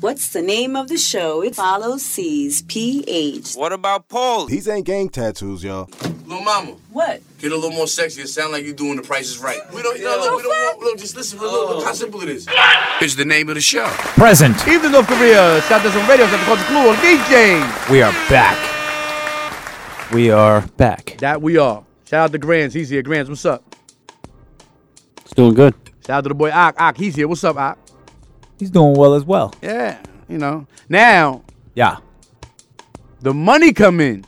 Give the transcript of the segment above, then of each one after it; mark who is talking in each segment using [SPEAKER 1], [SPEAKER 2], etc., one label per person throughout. [SPEAKER 1] What's the name of the show? It follows C's PH.
[SPEAKER 2] What about Paul?
[SPEAKER 3] These ain't gang tattoos, y'all.
[SPEAKER 4] Little mama,
[SPEAKER 1] What?
[SPEAKER 4] get a little more sexy. It sound like you doing the prices right. We don't, no, look, we don't want, look, just listen, look, look how simple it is. It's the name of the show.
[SPEAKER 5] Present.
[SPEAKER 6] Evening, North Korea. Status on radio. Status on Clue on DJ.
[SPEAKER 5] We are back. We are back.
[SPEAKER 6] That we are. Shout out to Grands. He's here. Grands, what's up?
[SPEAKER 7] It's doing good.
[SPEAKER 6] Shout out to the boy Ak. Ak, he's here. What's up, Ak?
[SPEAKER 5] He's doing well as well.
[SPEAKER 6] Yeah, you know. Now,
[SPEAKER 5] Yeah.
[SPEAKER 6] the money come in.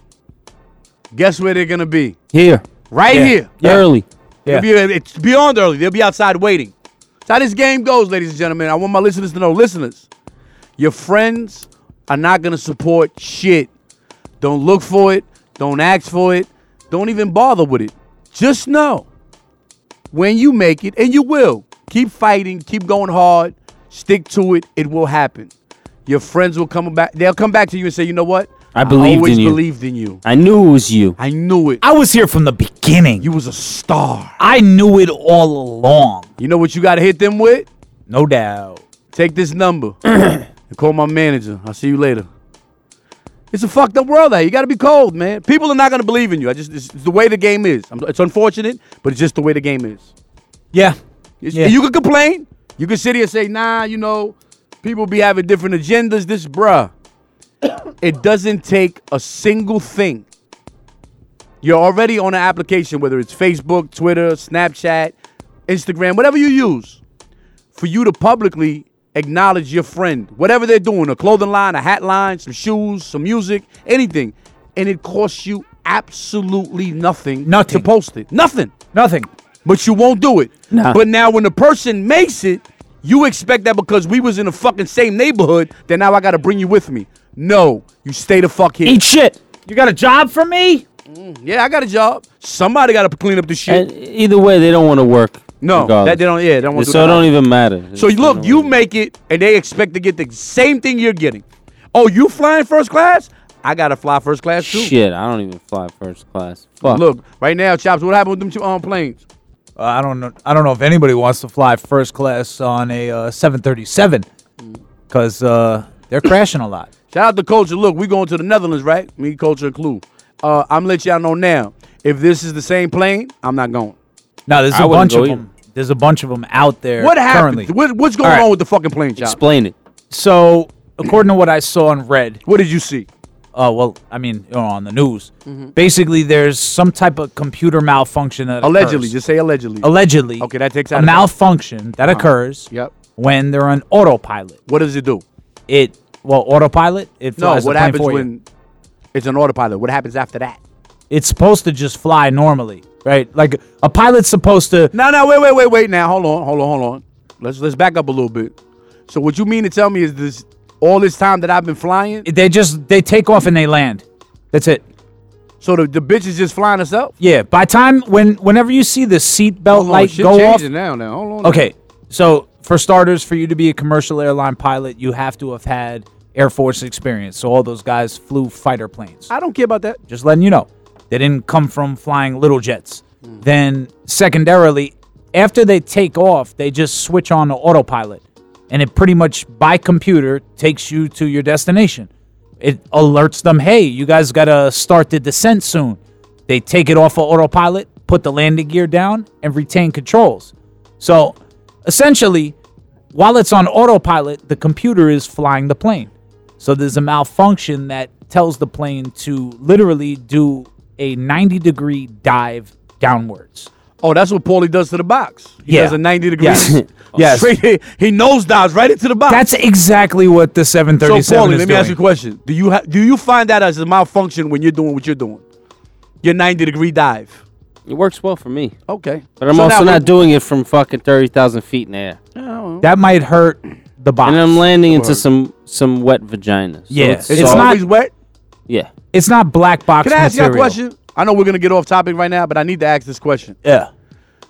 [SPEAKER 6] Guess where they're going to be?
[SPEAKER 7] Here.
[SPEAKER 6] Right
[SPEAKER 5] Yeah.
[SPEAKER 6] here.
[SPEAKER 5] Yeah.
[SPEAKER 7] Early.
[SPEAKER 5] Yeah.
[SPEAKER 6] They'll Be, it's beyond early. They'll be outside waiting. That's how this game goes, ladies and gentlemen. I want my listeners to know, listeners, your friends are not gonna support shit. Don't look for it. Don't ask for it. Don't even bother with it. Just know when you make it, and you will. Keep fighting. Keep going hard. Stick to it. It will happen. Your friends will come back. They'll come back to you and say, you know what?
[SPEAKER 7] I believed
[SPEAKER 6] always
[SPEAKER 7] in you."
[SPEAKER 6] believed in you.
[SPEAKER 7] I knew it was you.
[SPEAKER 6] I knew it.
[SPEAKER 5] I was here from the beginning.
[SPEAKER 6] You was a star.
[SPEAKER 5] I knew it all along.
[SPEAKER 6] You know what you gotta hit them with?
[SPEAKER 5] No doubt.
[SPEAKER 6] Take this number and call my manager. I'll see you later. It's a fucked up world out here. You gotta be cold, man. People are not gonna believe in you. I just it's, it's the way the game is. I'm, it's unfortunate, but it's just the way the game is.
[SPEAKER 5] Yeah.
[SPEAKER 6] It's-
[SPEAKER 5] Yeah.
[SPEAKER 6] You can complain. You can sit here and say, nah, you know, people be having different agendas. This bruh. it doesn't take a single thing. You're already on an application, whether it's Facebook, Twitter, Snapchat, Instagram, whatever you use, for you to publicly acknowledge your friend, whatever they're doing, a clothing line, a hat line, some shoes, some music, anything. And it costs you absolutely nothing,
[SPEAKER 5] Nothing.
[SPEAKER 6] to post it. Nothing
[SPEAKER 5] Nothing.
[SPEAKER 6] but you won't do it.
[SPEAKER 7] Nah.
[SPEAKER 6] But now when the person makes it, you expect that because we was in the fucking same neighborhood, then now I gotta bring you with me. No, you stay the fuck here. Mm,
[SPEAKER 7] Eat shit. You got a job for me?
[SPEAKER 6] yeah, I got a job. Somebody gotta clean up the shit.
[SPEAKER 7] And either way, they don't want to work.
[SPEAKER 6] no,
[SPEAKER 7] regardless.
[SPEAKER 6] that they don't. Yeah, they don't want to.
[SPEAKER 7] so it don't even matter.
[SPEAKER 6] So you- look, you make it, and they expect to get the same thing you're getting. Oh, you flying first class? I gotta fly first class too.
[SPEAKER 7] Shit, I don't even fly first class. Fuck.
[SPEAKER 6] Look, right now, chops. What happened with them two on planes?
[SPEAKER 5] Uh, I don't know. I don't know if anybody wants to fly first class on a uh, 737 because uh, they're crashing a lot.
[SPEAKER 6] Shout out to Culture. Look, we going to the Netherlands, right? Me, Culture, and Clue. Uh, I'm let y'all know now. If this is the same plane, I'm not going.
[SPEAKER 5] No, there's
[SPEAKER 7] I
[SPEAKER 5] a bunch
[SPEAKER 7] wouldn't go
[SPEAKER 5] of
[SPEAKER 7] either.
[SPEAKER 5] them. There's a bunch of them out there.
[SPEAKER 6] What happened?
[SPEAKER 5] currently.
[SPEAKER 6] What, what's going
[SPEAKER 5] All right.
[SPEAKER 6] on with the fucking plane, Chop?
[SPEAKER 7] explain it.
[SPEAKER 5] So, according to what I saw and read,
[SPEAKER 6] What did you see?
[SPEAKER 5] uh, well, I mean, you know, on the news,
[SPEAKER 7] Mm-hmm.
[SPEAKER 5] basically there's some type of computer malfunction that
[SPEAKER 6] Allegedly,
[SPEAKER 5] occurs.
[SPEAKER 6] just say allegedly.
[SPEAKER 5] allegedly.
[SPEAKER 6] Okay, that takes
[SPEAKER 5] a
[SPEAKER 6] out of it.
[SPEAKER 5] malfunction that occurs.
[SPEAKER 6] Yep.
[SPEAKER 5] When they're on autopilot,
[SPEAKER 6] What does it do?
[SPEAKER 5] it well autopilot. It
[SPEAKER 6] No,
[SPEAKER 5] flies the
[SPEAKER 6] what
[SPEAKER 5] plane
[SPEAKER 6] happens
[SPEAKER 5] for you.
[SPEAKER 6] when it's an autopilot? What happens after that?
[SPEAKER 5] it's supposed to just fly normally, right? Like a pilot's supposed to.
[SPEAKER 6] No, no, wait, wait, wait, wait. Now, hold on, hold on, hold on. Let's let's back up a little bit. So, what you mean to tell me is this? All this time that I've been flying,
[SPEAKER 5] They just they take off and they land. That's it.
[SPEAKER 6] so the, the bitch is just flying herself.
[SPEAKER 5] Yeah. By time when whenever you see the seatbelt
[SPEAKER 6] Hold on,
[SPEAKER 5] light
[SPEAKER 6] shit
[SPEAKER 5] go off,
[SPEAKER 6] changing now. Now, hold on. now.
[SPEAKER 5] Okay, so for starters, for you to be a commercial airline pilot, you have to have had Air Force experience. So all those guys flew fighter planes.
[SPEAKER 6] I don't care about that.
[SPEAKER 5] Just letting you know, they didn't come from flying little jets. Then secondarily, after they take off, they just switch on to autopilot, and it pretty much by computer takes you to your destination. It alerts them, hey, you guys gotta start the descent soon. They take it off of autopilot, put the landing gear down, and retain controls. So essentially, while it's on autopilot, the computer is flying the plane. So there's a malfunction that tells the plane to literally do a 90 degree dive downwards.
[SPEAKER 6] Oh, that's what Paulie does to the box. He
[SPEAKER 5] Yeah.
[SPEAKER 6] does a 90 degree.
[SPEAKER 5] Yes. Yes.
[SPEAKER 6] Straight, he, he nose dives right into the box.
[SPEAKER 5] That's exactly what the
[SPEAKER 6] so,
[SPEAKER 5] 737
[SPEAKER 6] Paulie,
[SPEAKER 5] is
[SPEAKER 6] let me
[SPEAKER 5] doing.
[SPEAKER 6] ask you a question. Do you, ha- do you find that as a malfunction when you're doing what you're doing? Your 90 degree dive.
[SPEAKER 7] It works well for me.
[SPEAKER 6] Okay.
[SPEAKER 7] But I'm
[SPEAKER 6] So
[SPEAKER 7] also
[SPEAKER 6] now- Oh,
[SPEAKER 7] not doing it from fucking 30,000 feet in the air.
[SPEAKER 5] that might hurt the box.
[SPEAKER 7] And I'm landing into some some wet vaginas. So
[SPEAKER 5] Yeah.
[SPEAKER 7] it's-
[SPEAKER 6] It's,
[SPEAKER 5] It's
[SPEAKER 7] so-
[SPEAKER 5] not-
[SPEAKER 6] always wet.
[SPEAKER 7] Yeah.
[SPEAKER 5] it's not black box
[SPEAKER 6] Can I ask you a
[SPEAKER 5] material.
[SPEAKER 6] question? I know we're going to get off topic right now, but I need to ask this question.
[SPEAKER 5] Yeah,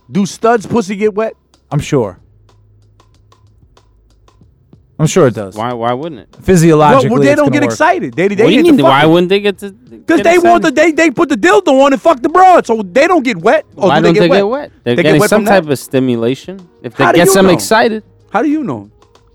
[SPEAKER 6] Do studs pussy get wet?
[SPEAKER 5] I'm sure. I'm sure it does.
[SPEAKER 7] Why why wouldn't it?
[SPEAKER 5] Physiologically,
[SPEAKER 6] well, they
[SPEAKER 5] it's
[SPEAKER 6] don't
[SPEAKER 5] gonna
[SPEAKER 6] get
[SPEAKER 5] work.
[SPEAKER 6] excited. They, they
[SPEAKER 7] What do you
[SPEAKER 6] get
[SPEAKER 7] mean?
[SPEAKER 6] the
[SPEAKER 7] Why wouldn't they get to?
[SPEAKER 6] Because they want the they they put the dildo on and fuck the broad, so they don't get wet. Or
[SPEAKER 7] Why
[SPEAKER 6] Oh, do
[SPEAKER 7] don't
[SPEAKER 6] they get wet?
[SPEAKER 7] They're
[SPEAKER 6] They get
[SPEAKER 7] getting
[SPEAKER 6] wet
[SPEAKER 7] some
[SPEAKER 6] from that?
[SPEAKER 7] type of stimulation. If they
[SPEAKER 6] How do
[SPEAKER 7] get
[SPEAKER 6] you
[SPEAKER 7] them
[SPEAKER 6] know?
[SPEAKER 7] excited,
[SPEAKER 6] How do you know?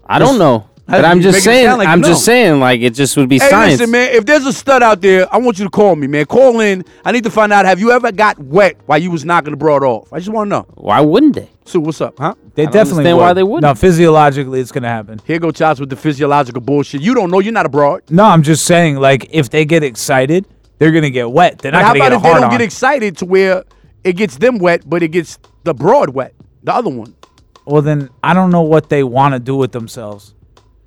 [SPEAKER 7] I don't know. But I'm just
[SPEAKER 6] Make it
[SPEAKER 7] saying,
[SPEAKER 6] sound like
[SPEAKER 7] I'm
[SPEAKER 6] no.
[SPEAKER 7] just saying, like it just would be
[SPEAKER 6] Hey,
[SPEAKER 7] science.
[SPEAKER 6] listen, man. If there's a stud out there, I want you to call me, man. Call in. I need to find out. Have you ever got wet while you was knocking the broad off? I just want to know.
[SPEAKER 7] Why wouldn't they?
[SPEAKER 6] Sue, what's up, huh?
[SPEAKER 5] They
[SPEAKER 7] don't
[SPEAKER 5] definitely
[SPEAKER 7] understand
[SPEAKER 5] would.
[SPEAKER 7] why they wouldn't.
[SPEAKER 5] No, physiologically, it's gonna happen.
[SPEAKER 6] Here go chops with the physiological bullshit. You don't know. You're not a broad.
[SPEAKER 5] No, I'm just saying, like, if they get excited, they're gonna get wet. They're
[SPEAKER 6] But
[SPEAKER 5] not
[SPEAKER 6] how
[SPEAKER 5] gonna
[SPEAKER 6] about
[SPEAKER 5] get a
[SPEAKER 6] if they
[SPEAKER 5] hard
[SPEAKER 6] don't
[SPEAKER 5] on.
[SPEAKER 6] get excited to where it gets them wet, but it gets the broad wet, the other one?
[SPEAKER 5] well, then I don't know what they want to do with themselves.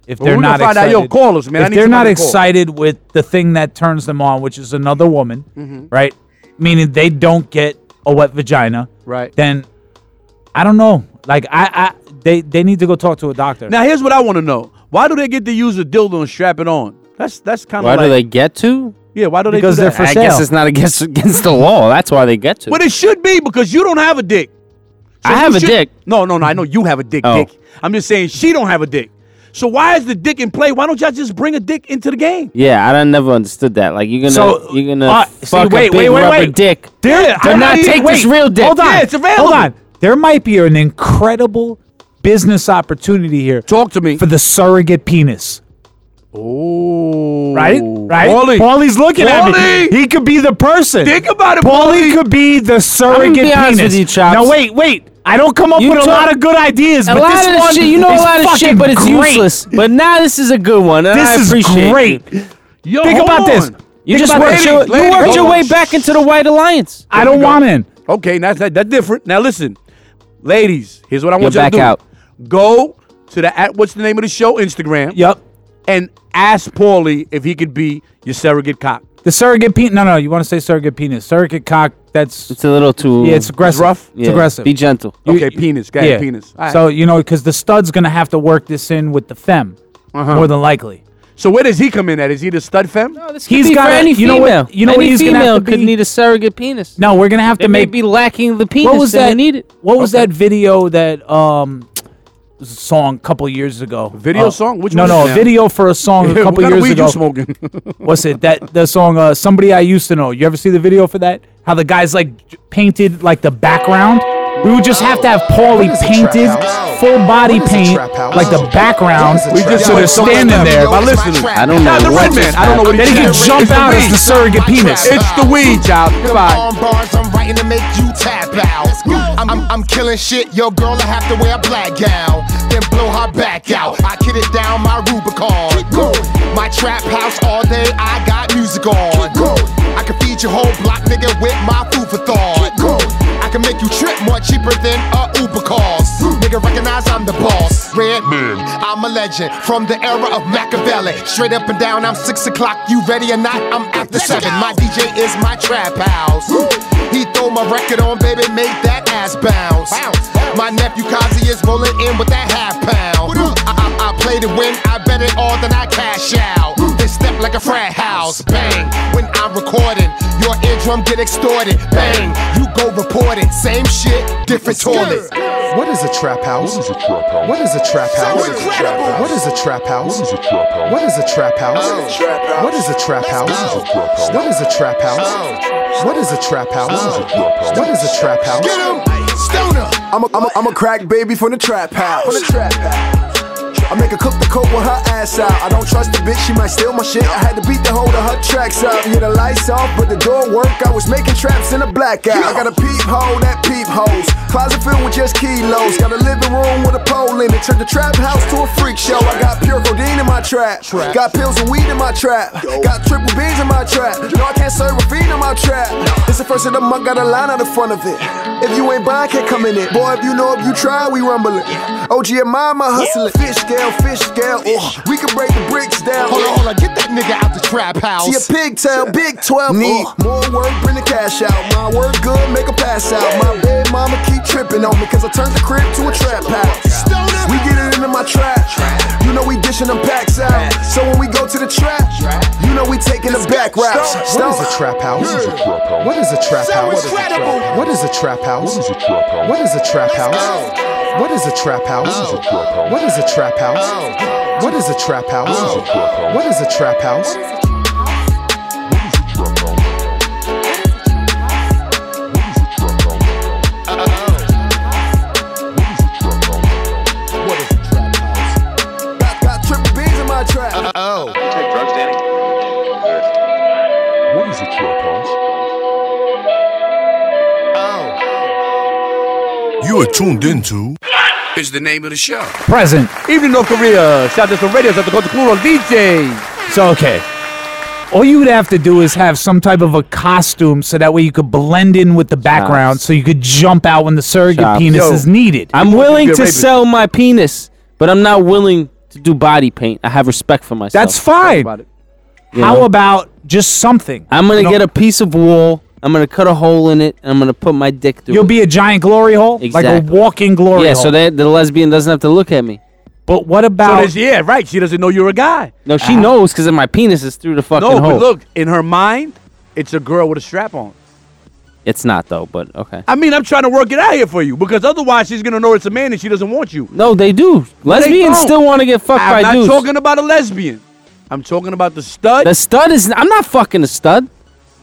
[SPEAKER 5] If
[SPEAKER 6] Well,
[SPEAKER 5] they're
[SPEAKER 6] we're
[SPEAKER 5] not
[SPEAKER 6] gonna find out.
[SPEAKER 5] excited,
[SPEAKER 6] Yo, call us, man. I
[SPEAKER 5] If
[SPEAKER 6] need
[SPEAKER 5] they're not
[SPEAKER 6] somebody to call.
[SPEAKER 5] excited with the thing that turns them on, which is another woman,
[SPEAKER 6] Mm-hmm.
[SPEAKER 5] right? Meaning they don't get a wet vagina,
[SPEAKER 6] Right.
[SPEAKER 5] Then I don't know. Like I, I they they need to go talk to a doctor.
[SPEAKER 6] Now here's what I want to know: Why do they get to use a dildo and strap it on? That's that's kind
[SPEAKER 7] Why
[SPEAKER 6] of like
[SPEAKER 7] do they get to?
[SPEAKER 6] yeah. Why do they
[SPEAKER 5] Because
[SPEAKER 6] do
[SPEAKER 5] they're
[SPEAKER 6] that?
[SPEAKER 5] For
[SPEAKER 7] I
[SPEAKER 5] sale.
[SPEAKER 7] guess it's not against against the law. That's why they get to.
[SPEAKER 6] But it should be because you don't have a dick.
[SPEAKER 7] I
[SPEAKER 6] you
[SPEAKER 7] have a
[SPEAKER 6] should-
[SPEAKER 7] dick.
[SPEAKER 6] No, no, no. I know you have a dick,
[SPEAKER 7] Oh.
[SPEAKER 6] dick. I'm just saying she don't have a dick. So why is the dick in play? Why don't y'all just bring a dick into the game?
[SPEAKER 7] Yeah, I done never understood that. Like you're gonna
[SPEAKER 5] So,
[SPEAKER 7] you're gonna
[SPEAKER 5] uh, see,
[SPEAKER 7] fuck
[SPEAKER 5] wait,
[SPEAKER 7] a big
[SPEAKER 5] wait, wait,
[SPEAKER 7] rubber
[SPEAKER 5] wait.
[SPEAKER 7] dick.
[SPEAKER 5] There,
[SPEAKER 7] Do
[SPEAKER 5] I
[SPEAKER 7] not
[SPEAKER 5] might-
[SPEAKER 7] take this
[SPEAKER 5] wait,
[SPEAKER 7] real dick.
[SPEAKER 5] Hold on,
[SPEAKER 6] Yeah, it's available.
[SPEAKER 5] Hold on. There might be an incredible business opportunity here
[SPEAKER 6] Talk to me.
[SPEAKER 5] for the surrogate penis.
[SPEAKER 6] oh,
[SPEAKER 5] Right, right.
[SPEAKER 6] Paulie.
[SPEAKER 5] Paulie's looking at
[SPEAKER 6] Paulie!
[SPEAKER 5] me. He could be the person.
[SPEAKER 6] Think about it,
[SPEAKER 5] Paulie could be the surrogate
[SPEAKER 7] be honest
[SPEAKER 5] penis.
[SPEAKER 7] with you, Chops.
[SPEAKER 5] Now wait, wait. I don't come up
[SPEAKER 7] You
[SPEAKER 5] with a
[SPEAKER 7] talk-
[SPEAKER 5] lot of good ideas,
[SPEAKER 7] A
[SPEAKER 5] but
[SPEAKER 7] lot
[SPEAKER 5] this
[SPEAKER 7] of
[SPEAKER 5] one
[SPEAKER 7] this shit, you know, a
[SPEAKER 5] is
[SPEAKER 7] lot of shit,
[SPEAKER 5] fucking
[SPEAKER 7] but it's
[SPEAKER 5] great.
[SPEAKER 7] useless. But now this is a good one. and
[SPEAKER 5] This
[SPEAKER 7] I
[SPEAKER 5] is
[SPEAKER 7] appreciate it.
[SPEAKER 5] great.
[SPEAKER 6] Yo,
[SPEAKER 5] Think
[SPEAKER 6] hold
[SPEAKER 5] about this.
[SPEAKER 6] on.
[SPEAKER 7] You
[SPEAKER 5] Think
[SPEAKER 7] just
[SPEAKER 5] about
[SPEAKER 7] worked
[SPEAKER 5] this.
[SPEAKER 7] your,
[SPEAKER 6] ladies,
[SPEAKER 7] you worked your
[SPEAKER 6] hold
[SPEAKER 7] way
[SPEAKER 6] on.
[SPEAKER 7] back into the White Alliance.
[SPEAKER 5] I don't want in.
[SPEAKER 6] Okay, now that's that, that's different. Now listen, ladies, here's what I want you
[SPEAKER 7] You're
[SPEAKER 6] to do.
[SPEAKER 7] back
[SPEAKER 6] Go to the at what's the name of the show Instagram.
[SPEAKER 5] Yep.
[SPEAKER 6] And ask Paulie if he could be your surrogate cop.
[SPEAKER 5] The surrogate penis. No, no. You want to say surrogate penis? Surrogate cock. That's
[SPEAKER 7] It's a little too.
[SPEAKER 5] yeah. It's aggressive.
[SPEAKER 6] rough?
[SPEAKER 5] It's
[SPEAKER 7] Yeah,
[SPEAKER 5] aggressive.
[SPEAKER 7] Be gentle.
[SPEAKER 5] You-
[SPEAKER 6] okay, penis. Got
[SPEAKER 5] yeah.
[SPEAKER 6] it, penis. All right.
[SPEAKER 5] So you know, because the stud's gonna have to work this in with the fem,
[SPEAKER 6] Uh-huh.
[SPEAKER 5] more than likely.
[SPEAKER 6] so where does he come in at? Is he the stud femme?
[SPEAKER 5] He's
[SPEAKER 7] Be
[SPEAKER 5] got
[SPEAKER 7] for
[SPEAKER 5] a-
[SPEAKER 7] any
[SPEAKER 5] you know
[SPEAKER 7] female.
[SPEAKER 5] what- you know what
[SPEAKER 7] any
[SPEAKER 5] he's gonna
[SPEAKER 7] female
[SPEAKER 5] have to
[SPEAKER 7] could
[SPEAKER 5] be?
[SPEAKER 7] need a surrogate penis.
[SPEAKER 5] No, we're gonna have
[SPEAKER 7] they
[SPEAKER 5] to
[SPEAKER 7] may
[SPEAKER 5] make
[SPEAKER 7] be lacking the penis.
[SPEAKER 5] what was
[SPEAKER 7] and
[SPEAKER 5] that?
[SPEAKER 7] They need it.
[SPEAKER 5] What was that video that um was a song a couple years ago? Uh,
[SPEAKER 6] Video song? Which
[SPEAKER 5] no,
[SPEAKER 6] one
[SPEAKER 5] no,
[SPEAKER 6] is it now?
[SPEAKER 5] a video for a song a
[SPEAKER 6] What
[SPEAKER 5] couple
[SPEAKER 6] kind of
[SPEAKER 5] years
[SPEAKER 6] weed
[SPEAKER 5] ago.
[SPEAKER 6] you smoking?
[SPEAKER 5] What's it? That the song uh, "Somebody I Used to Know." You ever see the video for that? How the guys like j- painted like the background. We would just have to have Paulie
[SPEAKER 2] What is a
[SPEAKER 5] painted
[SPEAKER 2] trap house?
[SPEAKER 5] full body
[SPEAKER 2] What is a
[SPEAKER 5] paint
[SPEAKER 2] trap house?
[SPEAKER 5] like the background.
[SPEAKER 2] What
[SPEAKER 6] we
[SPEAKER 2] is a trap
[SPEAKER 6] just
[SPEAKER 5] so
[SPEAKER 2] house?
[SPEAKER 5] they're standing there.
[SPEAKER 6] My listeners.
[SPEAKER 7] I don't know.
[SPEAKER 6] Nah, the
[SPEAKER 7] what
[SPEAKER 6] red man.
[SPEAKER 7] just
[SPEAKER 6] I don't know what
[SPEAKER 5] Then he
[SPEAKER 6] he's
[SPEAKER 5] can jump out as the surrogate penis.
[SPEAKER 6] It's the weed, child. Goodbye.
[SPEAKER 2] Arm bars, I'm writing to make you tap out. I'm, I'm, I'm killing shit, yo girl, I have to wear a black gown. Then blow her back out. I get it down my Rubicon. My trap house all day, I got music on. I can feed your whole block, nigga, with my food for thought. I can make you trip more cheaper than a Uber cost. Nigga, recognize I'm the boss. Red man, I'm a legend from the era of Machiavelli. Straight up and down, I'm six o'clock. You ready or not? I'm after seven. My DJ is my trap house. He throw my record on, baby, make that ass bounce. My nephew Kazi is rolling in with that half pound. I, I, I play to win, I bet it all, then I cash out. They step like a frat house, bang. When I'm recording, your eardrum get extorted, bang. You go report it, same shit, different toilet.
[SPEAKER 3] What is a trap house? What is a trap house? What is a trap house? What is a trap house? What is a trap house? What is a trap
[SPEAKER 8] Oh.
[SPEAKER 3] house? What is a trap house? What is a trap house? What is a trap house? Oh. What is a trap house?
[SPEAKER 2] Get him, stoner.
[SPEAKER 8] I'm a, I'm, a, I'm a crack baby from the trap house. From the trap house. I make her cook the coke with her ass out. I don't trust the bitch, she might steal my shit. I had to beat the hold of her tracks up. Yeah, the lights off, but the door work. I was making traps in a blackout. I got a peep hole, that peep holes. Closet filled with just kilos. Got a living room with a pole in it. Turned the trap house to a freak show. I got pure codeine in my trap. Got pills and weed in my trap. Got triple beans in my trap. No, I can't serve a fiend in my trap. It's the first of the month, got a line out the front of it. If you ain't buying, can't come in it. Boy, if you know if you try, we rumbling. OG and mama hustling. Fish scale, fish scale. Ugh. We can break the bricks down.
[SPEAKER 2] Hold on, hold on, get that nigga out the trap house.
[SPEAKER 8] See a pigtail, big 12. Need more work, bring the cash out. My work good, make a pass out. My bed mama keep tripping on me, cause I turned the crib to a trap house. We get it into my trap. You know we dishing them packs out. So when we go to the trap, you know we taking the back routes.
[SPEAKER 3] What is
[SPEAKER 8] Stone.
[SPEAKER 3] a trap house? What is a trap house? What is a trap house? What is a trap house? Oh. What is a trap house?
[SPEAKER 9] Oh.
[SPEAKER 3] What is a trap house? What is a trap house? What is a trap house?
[SPEAKER 8] Got, got triple trap.
[SPEAKER 2] Oh,
[SPEAKER 10] Take drugs, Danny.
[SPEAKER 3] What is a trap house?
[SPEAKER 2] oh.
[SPEAKER 4] You are tuned into. Is the name of the show.
[SPEAKER 5] Present.
[SPEAKER 6] Evening, North Korea. Shout out to radio. Shout out to Cluro DJ.
[SPEAKER 5] So okay. All you would have to do is have some type of a costume so that way you could blend in with the background so you could jump out when the surrogate
[SPEAKER 7] Chops.
[SPEAKER 5] penis
[SPEAKER 6] Yo.
[SPEAKER 5] is needed.
[SPEAKER 7] I'm willing
[SPEAKER 6] You're
[SPEAKER 7] to
[SPEAKER 6] rapist.
[SPEAKER 7] sell my penis, but I'm not willing to do body paint. I have respect for myself.
[SPEAKER 5] That's fine.
[SPEAKER 6] About it.
[SPEAKER 7] you
[SPEAKER 5] How
[SPEAKER 7] know?
[SPEAKER 5] about just something?
[SPEAKER 7] I'm gonna
[SPEAKER 5] You know,
[SPEAKER 7] get a piece of wool. I'm gonna cut a hole in it. And I'm gonna put my dick through.
[SPEAKER 5] You'll
[SPEAKER 7] it.
[SPEAKER 5] be a giant glory hole, like a
[SPEAKER 7] Exactly.
[SPEAKER 5] walking glory
[SPEAKER 7] yeah.
[SPEAKER 5] hole.
[SPEAKER 7] So that the lesbian doesn't have to look at me.
[SPEAKER 5] but what
[SPEAKER 6] So
[SPEAKER 5] about
[SPEAKER 6] this, yeah, right. She doesn't know you're a guy. Uh-huh.
[SPEAKER 7] No, she knows because my penis is through the fucking
[SPEAKER 6] No,
[SPEAKER 7] hole.
[SPEAKER 6] but look, in her mind, it's a girl with a strap on.
[SPEAKER 7] it's not though. But okay.
[SPEAKER 5] Ah,
[SPEAKER 6] I mean, I'm trying to work it out here for you because otherwise she's gonna know it's a man and she doesn't want you.
[SPEAKER 7] No, they do. Lesbians
[SPEAKER 6] don't.
[SPEAKER 7] still want to get fucked
[SPEAKER 6] I'm
[SPEAKER 7] by
[SPEAKER 6] not
[SPEAKER 7] dudes.
[SPEAKER 6] talking about a lesbian. I'm talking about the stud.
[SPEAKER 7] the stud is. I'm not fucking a stud.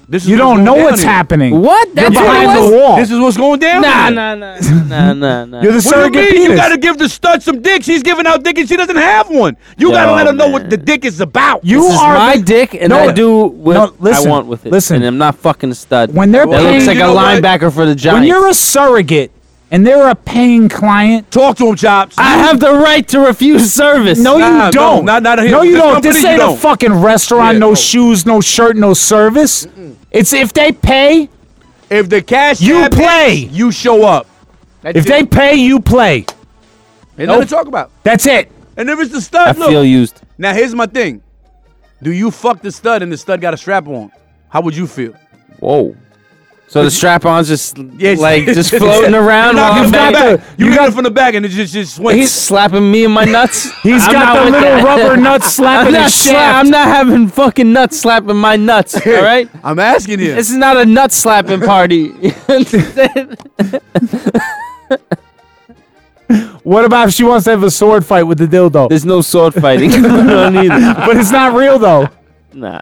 [SPEAKER 6] this is
[SPEAKER 5] you
[SPEAKER 6] what's
[SPEAKER 5] don't
[SPEAKER 6] going
[SPEAKER 5] know
[SPEAKER 6] down
[SPEAKER 5] what's
[SPEAKER 6] here.
[SPEAKER 5] happening?
[SPEAKER 7] What? That's
[SPEAKER 5] You're
[SPEAKER 7] what it
[SPEAKER 5] behind the
[SPEAKER 7] was?
[SPEAKER 5] wall.
[SPEAKER 6] This is what's going down.
[SPEAKER 7] Nah,
[SPEAKER 6] here.
[SPEAKER 7] nah, nah, nah, nah, nah.
[SPEAKER 5] You're the
[SPEAKER 6] What do you
[SPEAKER 5] surrogate
[SPEAKER 6] mean? You
[SPEAKER 5] penis.
[SPEAKER 6] gotta give the stud some dick. She's giving out dick and she doesn't have one. You gotta
[SPEAKER 7] Yo,
[SPEAKER 6] let her know what
[SPEAKER 7] man.
[SPEAKER 6] the dick is about.
[SPEAKER 5] You
[SPEAKER 7] This is
[SPEAKER 5] are
[SPEAKER 7] my
[SPEAKER 5] the-
[SPEAKER 7] dick, and
[SPEAKER 5] No,
[SPEAKER 7] I do what
[SPEAKER 5] no, listen,
[SPEAKER 7] I want with it.
[SPEAKER 5] listen.
[SPEAKER 7] and I'm not fucking a stud.
[SPEAKER 5] When they're
[SPEAKER 7] that
[SPEAKER 5] paying-
[SPEAKER 7] looks like
[SPEAKER 6] You
[SPEAKER 7] a
[SPEAKER 6] know what?
[SPEAKER 7] linebacker for the Giants.
[SPEAKER 5] when you're a surrogate and they're a paying client.
[SPEAKER 6] talk to him, chops.
[SPEAKER 7] I have the right to refuse service.
[SPEAKER 5] No,
[SPEAKER 6] Nah,
[SPEAKER 5] you
[SPEAKER 6] no,
[SPEAKER 5] don't.
[SPEAKER 6] not- not here.
[SPEAKER 5] no, you
[SPEAKER 6] This
[SPEAKER 5] don't.
[SPEAKER 6] company,
[SPEAKER 5] This
[SPEAKER 6] you
[SPEAKER 5] ain't a
[SPEAKER 6] don't.
[SPEAKER 5] fucking restaurant.
[SPEAKER 6] Yeah,
[SPEAKER 5] no
[SPEAKER 6] no.
[SPEAKER 5] shoes, no shirt, no service. It's if they pay,
[SPEAKER 6] if the cash
[SPEAKER 5] You
[SPEAKER 6] app hits,
[SPEAKER 5] play.
[SPEAKER 6] you show up.
[SPEAKER 5] if they pay, you play.
[SPEAKER 6] ain't nothing to talk about.
[SPEAKER 5] That's it.
[SPEAKER 6] And if it's the
[SPEAKER 7] I
[SPEAKER 6] stud, look.
[SPEAKER 7] feel used.
[SPEAKER 6] Now here's my thing. Do you fuck the stud and the stud got a strap on? How would you feel?
[SPEAKER 7] Whoa. So the strap-on's just
[SPEAKER 6] Yes.
[SPEAKER 7] like just floating around
[SPEAKER 6] Knock
[SPEAKER 7] while
[SPEAKER 6] it
[SPEAKER 7] I'm
[SPEAKER 6] from the
[SPEAKER 7] back.
[SPEAKER 6] back.
[SPEAKER 5] there.
[SPEAKER 6] You,
[SPEAKER 5] You
[SPEAKER 6] hit
[SPEAKER 5] got-
[SPEAKER 6] it from the back and it just just swings.
[SPEAKER 7] He's slapping me in my nuts.
[SPEAKER 5] He's
[SPEAKER 7] I'm
[SPEAKER 5] got
[SPEAKER 7] not
[SPEAKER 5] the
[SPEAKER 7] with
[SPEAKER 5] little
[SPEAKER 7] that.
[SPEAKER 5] rubber nut slapping
[SPEAKER 7] I'm not
[SPEAKER 5] his shaft.
[SPEAKER 7] sla- I'm not having fucking nut slapping my nuts. All right.
[SPEAKER 6] I'm asking you.
[SPEAKER 7] This is not a nut slapping party.
[SPEAKER 5] What about if she wants to have a sword fight with the dildo?
[SPEAKER 7] There's no sword fighting. no need.
[SPEAKER 5] but it's not real though.
[SPEAKER 7] Nah.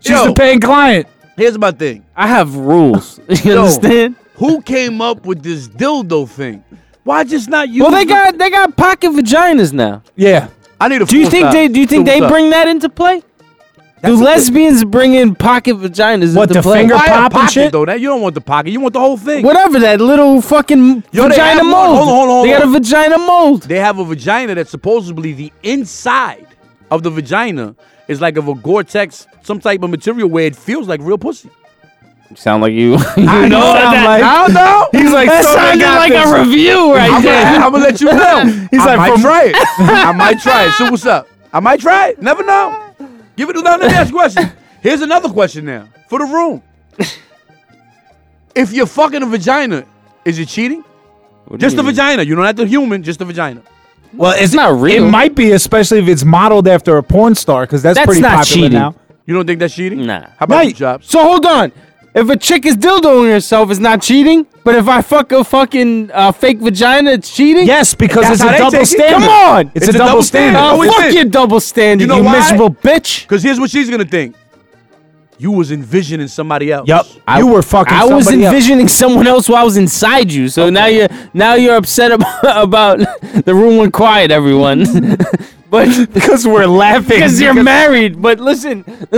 [SPEAKER 5] She's
[SPEAKER 6] Yo.
[SPEAKER 5] a paying client.
[SPEAKER 6] Here's my thing.
[SPEAKER 7] I have rules. You
[SPEAKER 6] Yo.
[SPEAKER 7] understand?
[SPEAKER 6] Who came up with this dildo thing? Why just not you?
[SPEAKER 7] Well, they got they got pocket vaginas now.
[SPEAKER 5] Yeah.
[SPEAKER 6] I need a.
[SPEAKER 7] Do you think they do you think they
[SPEAKER 6] bring?
[SPEAKER 7] bring that into play? do lesbians bring in pocket vaginas
[SPEAKER 5] What,
[SPEAKER 7] into
[SPEAKER 5] the
[SPEAKER 7] play?
[SPEAKER 5] finger
[SPEAKER 6] Why a
[SPEAKER 5] pop and
[SPEAKER 6] pocket,
[SPEAKER 5] shit?
[SPEAKER 6] Though that you don't want the pocket, you want the whole thing.
[SPEAKER 7] Whatever that little fucking
[SPEAKER 6] Yo, they
[SPEAKER 7] vagina
[SPEAKER 6] have one-
[SPEAKER 7] mold.
[SPEAKER 6] hold on, hold on,
[SPEAKER 7] they
[SPEAKER 6] hold
[SPEAKER 7] got
[SPEAKER 6] on.
[SPEAKER 7] a vagina mold.
[SPEAKER 6] They have a vagina that's supposedly the inside of the vagina is like of a Gore-Tex, some type of material where it feels like real pussy.
[SPEAKER 7] Sound like you.
[SPEAKER 5] I know
[SPEAKER 7] that-
[SPEAKER 5] I'm like-
[SPEAKER 7] I don't know.
[SPEAKER 5] He's like,
[SPEAKER 7] that
[SPEAKER 5] so they
[SPEAKER 7] sounded
[SPEAKER 5] got
[SPEAKER 7] like
[SPEAKER 5] this.
[SPEAKER 7] a review right there.
[SPEAKER 6] I'm gonna let you know.
[SPEAKER 5] He's
[SPEAKER 6] I
[SPEAKER 5] like,
[SPEAKER 6] might
[SPEAKER 5] from-
[SPEAKER 6] try it. I might try it. See what's up. I might try it. Never know. Give it to them. Let me ask a question. Here's another question now for the room. If you're fucking a vagina, is it cheating? Just the vagina. You don't have the human. Just the vagina.
[SPEAKER 5] Well, it's
[SPEAKER 7] not
[SPEAKER 5] It
[SPEAKER 7] real.
[SPEAKER 5] might be, especially if it's modeled after a porn star, because that's,
[SPEAKER 7] That's
[SPEAKER 5] pretty
[SPEAKER 7] not
[SPEAKER 5] popular
[SPEAKER 7] cheating.
[SPEAKER 5] now.
[SPEAKER 6] You don't think that's cheating?
[SPEAKER 7] Nah.
[SPEAKER 6] How about you,
[SPEAKER 7] Right.
[SPEAKER 6] Jobs?
[SPEAKER 7] So hold on. If a chick is dildoing herself, it's not cheating. But if I fuck a fucking uh, fake vagina, it's cheating.
[SPEAKER 5] Yes, because
[SPEAKER 6] That's
[SPEAKER 5] it's
[SPEAKER 6] how
[SPEAKER 5] a
[SPEAKER 6] they
[SPEAKER 5] double
[SPEAKER 6] take it?
[SPEAKER 5] standard.
[SPEAKER 7] Come on.
[SPEAKER 5] it's, a, double standard.
[SPEAKER 7] Oh,
[SPEAKER 6] Oh, it
[SPEAKER 7] fuck
[SPEAKER 6] is.
[SPEAKER 7] your double standard,
[SPEAKER 6] You
[SPEAKER 7] you,
[SPEAKER 6] know why?
[SPEAKER 7] miserable bitch.
[SPEAKER 6] Because here's what she's gonna think. You was envisioning somebody else.
[SPEAKER 5] Yep, you were fucking.
[SPEAKER 7] I was
[SPEAKER 5] somebody else.
[SPEAKER 7] envisioning someone else while I was inside you. So now you're now you're upset about, about the room went quiet, everyone. but
[SPEAKER 5] because we're laughing.
[SPEAKER 7] because you're married. But listen,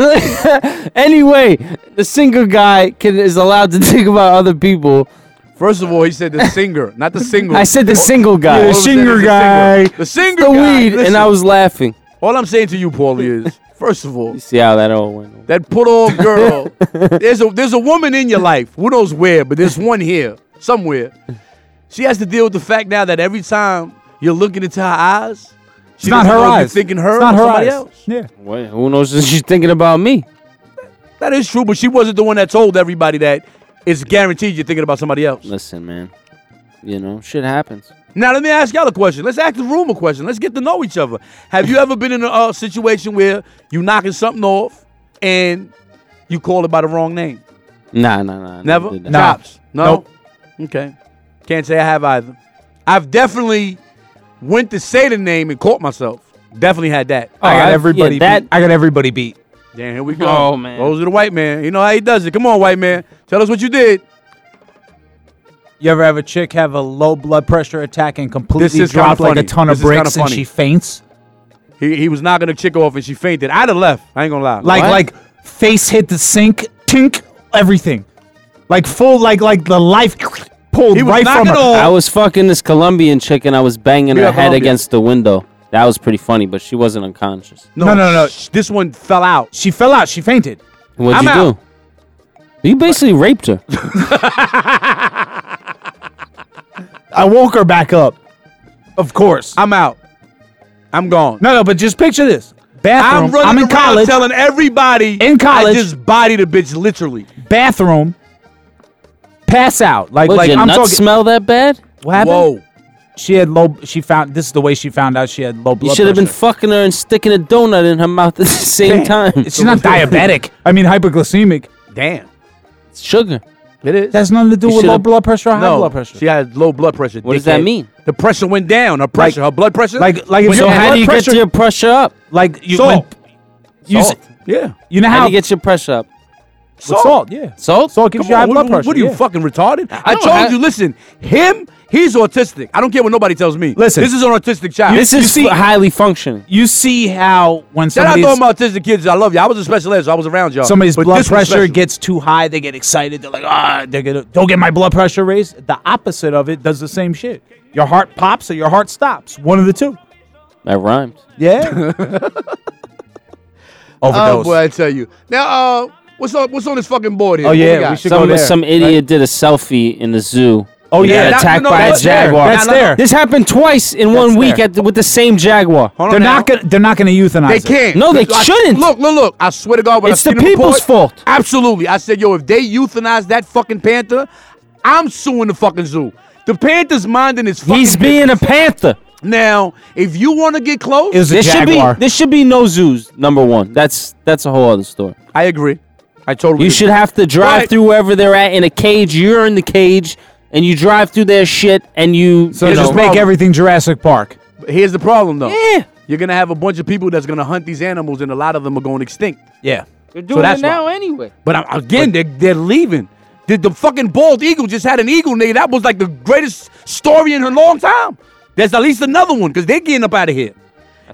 [SPEAKER 7] anyway, the single guy can is allowed to think about other people.
[SPEAKER 6] First of all, he said the singer, not the single.
[SPEAKER 7] I said the single
[SPEAKER 6] All
[SPEAKER 7] guy,
[SPEAKER 6] I'm
[SPEAKER 5] the
[SPEAKER 7] It's
[SPEAKER 6] saying
[SPEAKER 5] singer
[SPEAKER 6] is
[SPEAKER 5] guy.
[SPEAKER 6] The singer,
[SPEAKER 7] the
[SPEAKER 6] guy.
[SPEAKER 7] weed,
[SPEAKER 6] Listen,
[SPEAKER 7] and I was laughing.
[SPEAKER 6] All I'm saying to you, Paulie, is first of all,
[SPEAKER 7] See how that all went.
[SPEAKER 6] that put off girl. there's a there's a woman in your life. Who knows where? But there's one here somewhere. She has to deal with the fact now that every time you're looking into her eyes,
[SPEAKER 5] It's
[SPEAKER 6] she's
[SPEAKER 5] not her eyes.
[SPEAKER 6] You're thinking her,
[SPEAKER 5] It's not
[SPEAKER 6] or
[SPEAKER 5] her
[SPEAKER 6] somebody
[SPEAKER 5] eyes.
[SPEAKER 6] else.
[SPEAKER 5] Yeah.
[SPEAKER 7] Wait, who knows if she's thinking about me?
[SPEAKER 6] That is true, but she wasn't the one that told everybody that it's guaranteed you're thinking about somebody else.
[SPEAKER 7] Listen, man. You know, shit happens.
[SPEAKER 6] Now let me ask y'all a question. Let's ask the room a question. Let's get to know each other. Have you ever been in a uh, situation where you knocking something off and you call it by the wrong name?
[SPEAKER 7] Nah, nah, nah. I
[SPEAKER 6] Never.
[SPEAKER 7] did that.
[SPEAKER 5] Nah.
[SPEAKER 6] Chops. No.
[SPEAKER 5] Nope.
[SPEAKER 6] Okay. Can't say I have either. I've definitely went to say the name and caught myself. Definitely had that.
[SPEAKER 5] I got
[SPEAKER 7] I-
[SPEAKER 5] everybody.
[SPEAKER 7] yeah, that-
[SPEAKER 5] beat. I got everybody beat.
[SPEAKER 6] Damn, here we go.
[SPEAKER 7] Oh, man.
[SPEAKER 6] Goes to the white man. You know how he does it. Come on, white man. Tell us what you did.
[SPEAKER 5] You ever have a chick have a low blood pressure attack and completely
[SPEAKER 6] This is
[SPEAKER 5] drop
[SPEAKER 6] kinda
[SPEAKER 5] like a
[SPEAKER 6] funny.
[SPEAKER 5] ton of
[SPEAKER 6] This is kinda
[SPEAKER 5] bricks and
[SPEAKER 6] funny.
[SPEAKER 5] she faints?
[SPEAKER 6] He, he was knocking a chick off and she fainted. I'd have left. I ain't gonna lie.
[SPEAKER 5] Like like face hit the sink, tink, everything. Like full like like the life pulled
[SPEAKER 6] He was
[SPEAKER 5] right from her.
[SPEAKER 6] knocking off.
[SPEAKER 7] I was fucking this Colombian chick and I was banging
[SPEAKER 6] Yeah,
[SPEAKER 7] her head
[SPEAKER 6] Colombian.
[SPEAKER 7] against the window. That was pretty funny, but she wasn't unconscious.
[SPEAKER 5] No, no, no.
[SPEAKER 6] sh- This one fell out.
[SPEAKER 5] She fell out. She fainted.
[SPEAKER 7] What'd
[SPEAKER 5] I'm
[SPEAKER 7] you
[SPEAKER 5] out.
[SPEAKER 7] do? You basically raped her.
[SPEAKER 5] I woke her back up. Of course.
[SPEAKER 6] I'm out. I'm gone.
[SPEAKER 5] no, no, but just picture this. Bathroom.
[SPEAKER 6] I'm
[SPEAKER 5] I'm,
[SPEAKER 6] running
[SPEAKER 5] in
[SPEAKER 6] around
[SPEAKER 5] college.
[SPEAKER 6] telling everybody
[SPEAKER 5] In college.
[SPEAKER 6] I just bodied a bitch literally.
[SPEAKER 5] bathroom. Pass out. Like
[SPEAKER 7] What,
[SPEAKER 5] like
[SPEAKER 7] your
[SPEAKER 5] I'm
[SPEAKER 7] nuts
[SPEAKER 5] talking.
[SPEAKER 7] smell that bad?
[SPEAKER 5] what happened?
[SPEAKER 6] Whoa.
[SPEAKER 5] She had low. She found. This is the way she found out she had low blood.
[SPEAKER 7] You should have been
[SPEAKER 5] pressure.
[SPEAKER 7] fucking her and sticking a donut in her mouth at the same time.
[SPEAKER 5] She's not diabetic. I mean hyperglycemic.
[SPEAKER 6] Damn.
[SPEAKER 7] sugar.
[SPEAKER 6] It is.
[SPEAKER 5] That's nothing to do
[SPEAKER 7] You
[SPEAKER 5] with low
[SPEAKER 7] should've-
[SPEAKER 5] blood pressure or high
[SPEAKER 6] no,
[SPEAKER 5] blood pressure.
[SPEAKER 6] She had low blood pressure.
[SPEAKER 7] What does that
[SPEAKER 6] dickhead.
[SPEAKER 7] mean?
[SPEAKER 6] The pressure went down. Her pressure, her blood pressure.
[SPEAKER 5] like like if
[SPEAKER 7] So
[SPEAKER 5] your
[SPEAKER 7] how
[SPEAKER 5] blood
[SPEAKER 7] do you
[SPEAKER 5] pressure,
[SPEAKER 7] get your pressure up?
[SPEAKER 5] like you
[SPEAKER 6] Salt.
[SPEAKER 5] when- you, s-
[SPEAKER 6] Salt. yeah.
[SPEAKER 5] you know
[SPEAKER 7] How
[SPEAKER 5] how
[SPEAKER 7] do you get your pressure up?
[SPEAKER 5] with salt yeah
[SPEAKER 7] Salt?
[SPEAKER 5] salt gives
[SPEAKER 6] Come
[SPEAKER 5] you high
[SPEAKER 6] on,
[SPEAKER 5] blood
[SPEAKER 6] what,
[SPEAKER 5] pressure
[SPEAKER 6] what are you
[SPEAKER 5] yeah.
[SPEAKER 6] fucking retarded? I,
[SPEAKER 7] No,
[SPEAKER 6] told
[SPEAKER 7] I-
[SPEAKER 6] you. Listen, him. He's autistic. I don't care what nobody tells me.
[SPEAKER 5] Listen.
[SPEAKER 6] this is an autistic child.
[SPEAKER 7] This
[SPEAKER 5] You
[SPEAKER 7] is
[SPEAKER 5] see-
[SPEAKER 7] highly functioning.
[SPEAKER 5] you see how when
[SPEAKER 6] Shout out
[SPEAKER 5] somebody's
[SPEAKER 6] to all my autistic kids. I love you. I was a special ed, so I was around y'all.
[SPEAKER 5] somebody's
[SPEAKER 6] But
[SPEAKER 5] blood
[SPEAKER 6] this was
[SPEAKER 5] pressure
[SPEAKER 6] special.
[SPEAKER 5] gets too high they get excited they're like ah they're gonna don't get my blood pressure raised the opposite of it does the same shit your heart pops or your heart stops one of the two
[SPEAKER 7] That rhymed.
[SPEAKER 5] yeah
[SPEAKER 6] Oh
[SPEAKER 5] overdose
[SPEAKER 7] Oh,
[SPEAKER 6] boy, I tell you. Now, uh, what's on what's on this fucking board here?
[SPEAKER 5] Oh,
[SPEAKER 6] What
[SPEAKER 5] yeah,
[SPEAKER 6] got?
[SPEAKER 5] we should go
[SPEAKER 7] Some,
[SPEAKER 5] there.
[SPEAKER 7] some idiot did a selfie in the zoo.
[SPEAKER 5] Oh,
[SPEAKER 7] and
[SPEAKER 5] yeah,
[SPEAKER 7] got
[SPEAKER 5] that-
[SPEAKER 7] attacked
[SPEAKER 6] no,
[SPEAKER 7] by a
[SPEAKER 6] that's there.
[SPEAKER 7] jaguar.
[SPEAKER 5] That's
[SPEAKER 7] No, no, no.
[SPEAKER 5] there.
[SPEAKER 7] This happened twice in one week
[SPEAKER 5] there.
[SPEAKER 7] at the, with the same jaguar.
[SPEAKER 6] Hold on
[SPEAKER 5] they're
[SPEAKER 6] now.
[SPEAKER 5] not gonna they're not gonna euthanize
[SPEAKER 6] They
[SPEAKER 5] it.
[SPEAKER 6] can't.
[SPEAKER 7] No, they
[SPEAKER 6] I-
[SPEAKER 7] shouldn't.
[SPEAKER 6] Look, look, look. I swear to God, when
[SPEAKER 7] It's
[SPEAKER 6] I
[SPEAKER 7] the
[SPEAKER 6] seen
[SPEAKER 7] people's
[SPEAKER 6] report,
[SPEAKER 7] fault.
[SPEAKER 6] Absolutely. I said, yo, if they euthanize that fucking panther, I'm suing the fucking zoo. The panther's minding his fucking.
[SPEAKER 7] He's being a panther.
[SPEAKER 6] business. Now, if you want to get close,
[SPEAKER 5] it was a
[SPEAKER 7] There should be
[SPEAKER 5] jaguar
[SPEAKER 7] there should be no zoos. Number one, that's that's a whole other story.
[SPEAKER 6] I agree. I totally.
[SPEAKER 7] You
[SPEAKER 6] agree.
[SPEAKER 7] should have to drive
[SPEAKER 6] Right.
[SPEAKER 7] through wherever they're at in a cage. You're in the cage, and you drive through their shit, and you
[SPEAKER 5] so
[SPEAKER 7] you
[SPEAKER 5] just
[SPEAKER 7] know,
[SPEAKER 5] make everything Jurassic Park
[SPEAKER 6] Here's the problem, though.
[SPEAKER 7] Yeah.
[SPEAKER 6] You're gonna have a bunch of people that's gonna hunt these animals, and a lot of them are going extinct.
[SPEAKER 5] yeah
[SPEAKER 7] They're
[SPEAKER 6] So
[SPEAKER 7] doing
[SPEAKER 6] that's
[SPEAKER 7] it now
[SPEAKER 6] why.
[SPEAKER 7] anyway.
[SPEAKER 6] But I'm, again, they're, they're leaving. The, the fucking bald eagle just had an eagle, nigga. That was like the greatest story in a long time. There's at least another one because they're getting up out of here.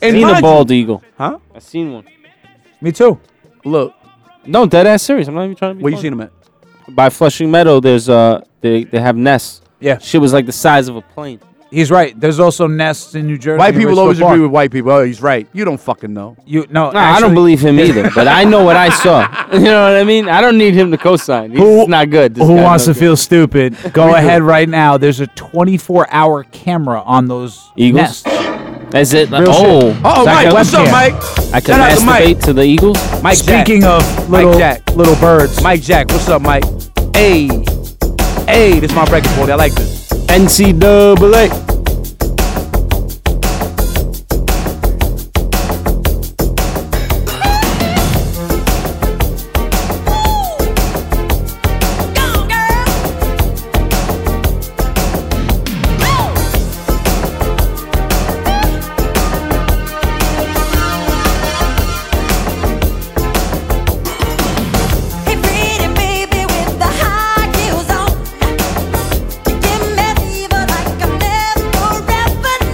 [SPEAKER 7] I seen a
[SPEAKER 6] mind you-
[SPEAKER 7] bald eagle.
[SPEAKER 6] Huh?
[SPEAKER 7] I seen one.
[SPEAKER 5] me too
[SPEAKER 6] Look,
[SPEAKER 7] No, dead ass serious. I'm not even trying to be.
[SPEAKER 6] where you
[SPEAKER 7] funny.
[SPEAKER 6] seen him at?
[SPEAKER 7] By Flushing Meadow, there's uh, they they have nests.
[SPEAKER 5] Yeah.
[SPEAKER 7] shit was like the size of a plane.
[SPEAKER 5] he's right there's also nests in New Jersey
[SPEAKER 6] White
[SPEAKER 5] in
[SPEAKER 6] people
[SPEAKER 5] Richfield
[SPEAKER 6] always
[SPEAKER 5] Park.
[SPEAKER 6] agree with white people. Oh, he's right. You don't fucking know.
[SPEAKER 5] you no
[SPEAKER 7] No, I don't believe him either, but I know what I saw. You know what I mean? I don't need him to co-sign. He's
[SPEAKER 5] Who-
[SPEAKER 7] not good. This
[SPEAKER 5] Who
[SPEAKER 7] guy's
[SPEAKER 5] wants
[SPEAKER 7] no
[SPEAKER 5] to
[SPEAKER 7] good.
[SPEAKER 5] feel stupid? Go ahead right now. There's a 24 hour camera on those
[SPEAKER 7] Eagles?
[SPEAKER 5] nests.
[SPEAKER 7] Is it?
[SPEAKER 5] shit.
[SPEAKER 7] oh,
[SPEAKER 6] Oh,
[SPEAKER 7] so I
[SPEAKER 6] Mike,
[SPEAKER 7] can-
[SPEAKER 6] what's up,
[SPEAKER 5] webcam.
[SPEAKER 6] Mike?
[SPEAKER 7] I can
[SPEAKER 6] Shout out to Mike.
[SPEAKER 7] masturbate to the Eagles.
[SPEAKER 6] Mike
[SPEAKER 5] Speaking
[SPEAKER 6] Jack.
[SPEAKER 5] of little
[SPEAKER 6] Jack.
[SPEAKER 5] little birds,
[SPEAKER 6] Mike Jack, what's up, Mike? Hey, hey, this is my record party. I like this.
[SPEAKER 7] NCAA.
[SPEAKER 10] Give me fever like I've never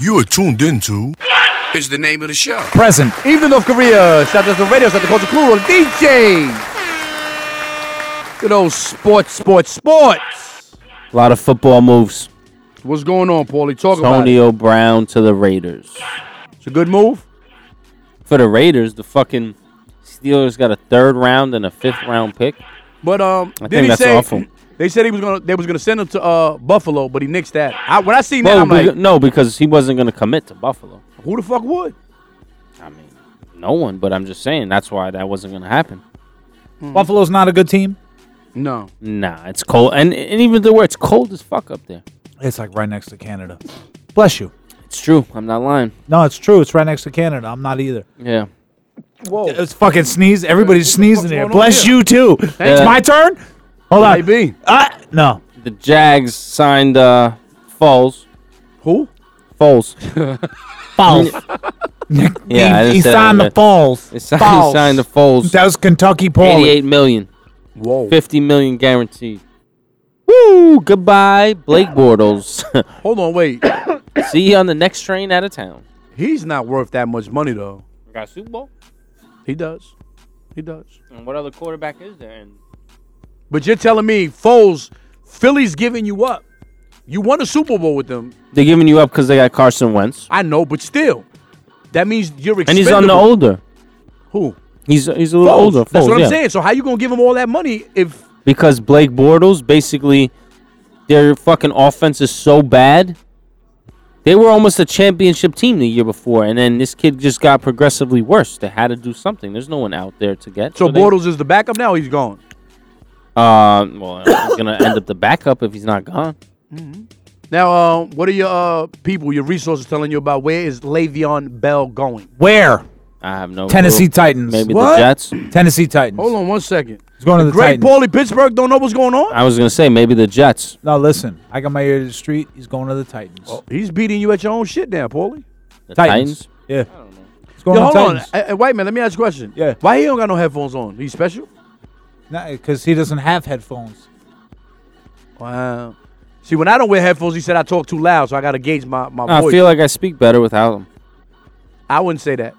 [SPEAKER 4] You are tuned into. Is the name of the show.
[SPEAKER 5] Present.
[SPEAKER 6] Evening North Korea. South Central Radio, South Culture Plural, DJ. Good old sports, sports, sports.
[SPEAKER 7] A lot of football moves.
[SPEAKER 6] What's going on, Paulie? Talk about it.
[SPEAKER 7] Antonio Brown to the Raiders.
[SPEAKER 6] It's a good move.
[SPEAKER 7] For the Raiders, the fucking Steelers got a third round and a fifth round pick.
[SPEAKER 6] But um,
[SPEAKER 7] I
[SPEAKER 6] did
[SPEAKER 7] think
[SPEAKER 6] he
[SPEAKER 7] that's
[SPEAKER 6] say,
[SPEAKER 7] awful.
[SPEAKER 6] They said he was gonna they was gonna send him to uh Buffalo, but he nixed that. I, when I seen that,
[SPEAKER 7] Well,
[SPEAKER 6] I'm like,
[SPEAKER 7] beca- no, because he wasn't going to commit to Buffalo.
[SPEAKER 6] who the fuck would?
[SPEAKER 7] I mean, no one. But I'm just saying that's why that wasn't going to happen.
[SPEAKER 5] Buffalo's not a good team.
[SPEAKER 6] No,
[SPEAKER 7] Nah, it's cold, and and even the word it's cold as fuck up there.
[SPEAKER 5] It's like right next to Canada. Bless you.
[SPEAKER 7] It's true. I'm not lying.
[SPEAKER 5] No, it's true. It's right next to Canada. I'm not either.
[SPEAKER 7] Yeah.
[SPEAKER 5] It's fucking sneeze. Everybody's sneezing here. Bless you too. It's
[SPEAKER 7] you.
[SPEAKER 5] my turn. Hold on.
[SPEAKER 6] maybe.
[SPEAKER 5] Ah, no.
[SPEAKER 7] The Jags signed uh Foles.
[SPEAKER 6] Who?
[SPEAKER 7] Foles.
[SPEAKER 5] False.
[SPEAKER 7] Yeah, I
[SPEAKER 5] he,
[SPEAKER 7] just
[SPEAKER 5] he
[SPEAKER 7] said
[SPEAKER 5] signed
[SPEAKER 7] that.
[SPEAKER 5] the falls.
[SPEAKER 7] They signed, he signed the Foles.
[SPEAKER 5] That was Kentucky Paul.
[SPEAKER 7] 88 million.
[SPEAKER 6] Whoa.
[SPEAKER 7] 50 million guaranteed. Woo! Goodbye, Blake Bortles.
[SPEAKER 6] Hold on, wait.
[SPEAKER 7] See you on the next train out of town.
[SPEAKER 6] He's not worth that much money though.
[SPEAKER 7] Got Super Bowl.
[SPEAKER 6] He does. He does.
[SPEAKER 7] And what other quarterback is there? And
[SPEAKER 6] But you're telling me Foles, Philly's giving you up. You won a Super Bowl with them.
[SPEAKER 7] they're giving you up because they got Carson Wentz,
[SPEAKER 6] I know, but still, that means you're expendable.
[SPEAKER 7] and he's on the older.
[SPEAKER 6] who?
[SPEAKER 7] He's he's a little
[SPEAKER 6] Foles.
[SPEAKER 7] older.
[SPEAKER 6] That's
[SPEAKER 7] Foles,
[SPEAKER 6] what I'm
[SPEAKER 7] yeah.
[SPEAKER 6] saying. So how you gonna give him all that money if
[SPEAKER 7] Because Blake Bortles basically, their fucking offense is so bad. They were almost a championship team the year before, and then this kid just got progressively worse. They had to do something. There's no one out there to get.
[SPEAKER 6] so
[SPEAKER 7] they-
[SPEAKER 6] Bortles is the backup now? He's gone.
[SPEAKER 7] Uh, well, he's gonna end up the backup if he's not gone.
[SPEAKER 6] Now, uh, what are your uh, people, your resources telling you about? Where is Le'Veon Bell going?
[SPEAKER 5] Where?
[SPEAKER 7] I have no
[SPEAKER 5] Tennessee
[SPEAKER 7] clue.
[SPEAKER 5] Titans.
[SPEAKER 7] Maybe
[SPEAKER 6] What?
[SPEAKER 7] the Jets.
[SPEAKER 5] Tennessee Titans.
[SPEAKER 6] Hold on one second.
[SPEAKER 5] It's going to the
[SPEAKER 6] Great
[SPEAKER 5] Titans.
[SPEAKER 6] Paulie Pittsburgh don't know what's going on.
[SPEAKER 7] I was gonna say maybe the Jets.
[SPEAKER 5] No, listen. I got my ear to the street. He's going to the Titans.
[SPEAKER 6] He's beating you at your own shit now, Paulie.
[SPEAKER 7] The
[SPEAKER 5] Titans.
[SPEAKER 7] Titans.
[SPEAKER 5] Yeah. It's going to
[SPEAKER 6] Yo, hold
[SPEAKER 5] the
[SPEAKER 6] on.
[SPEAKER 5] Titans.
[SPEAKER 6] Hey, hey, white man, let me ask you a question.
[SPEAKER 5] Yeah.
[SPEAKER 6] Why he don't got no headphones on? He special?
[SPEAKER 5] Because he doesn't have headphones.
[SPEAKER 6] Wow. See, when I don't wear headphones, he said I talk too loud, so I gotta gauge my, my
[SPEAKER 7] I
[SPEAKER 6] voice.
[SPEAKER 7] feel like I speak better without them.
[SPEAKER 6] I wouldn't say that.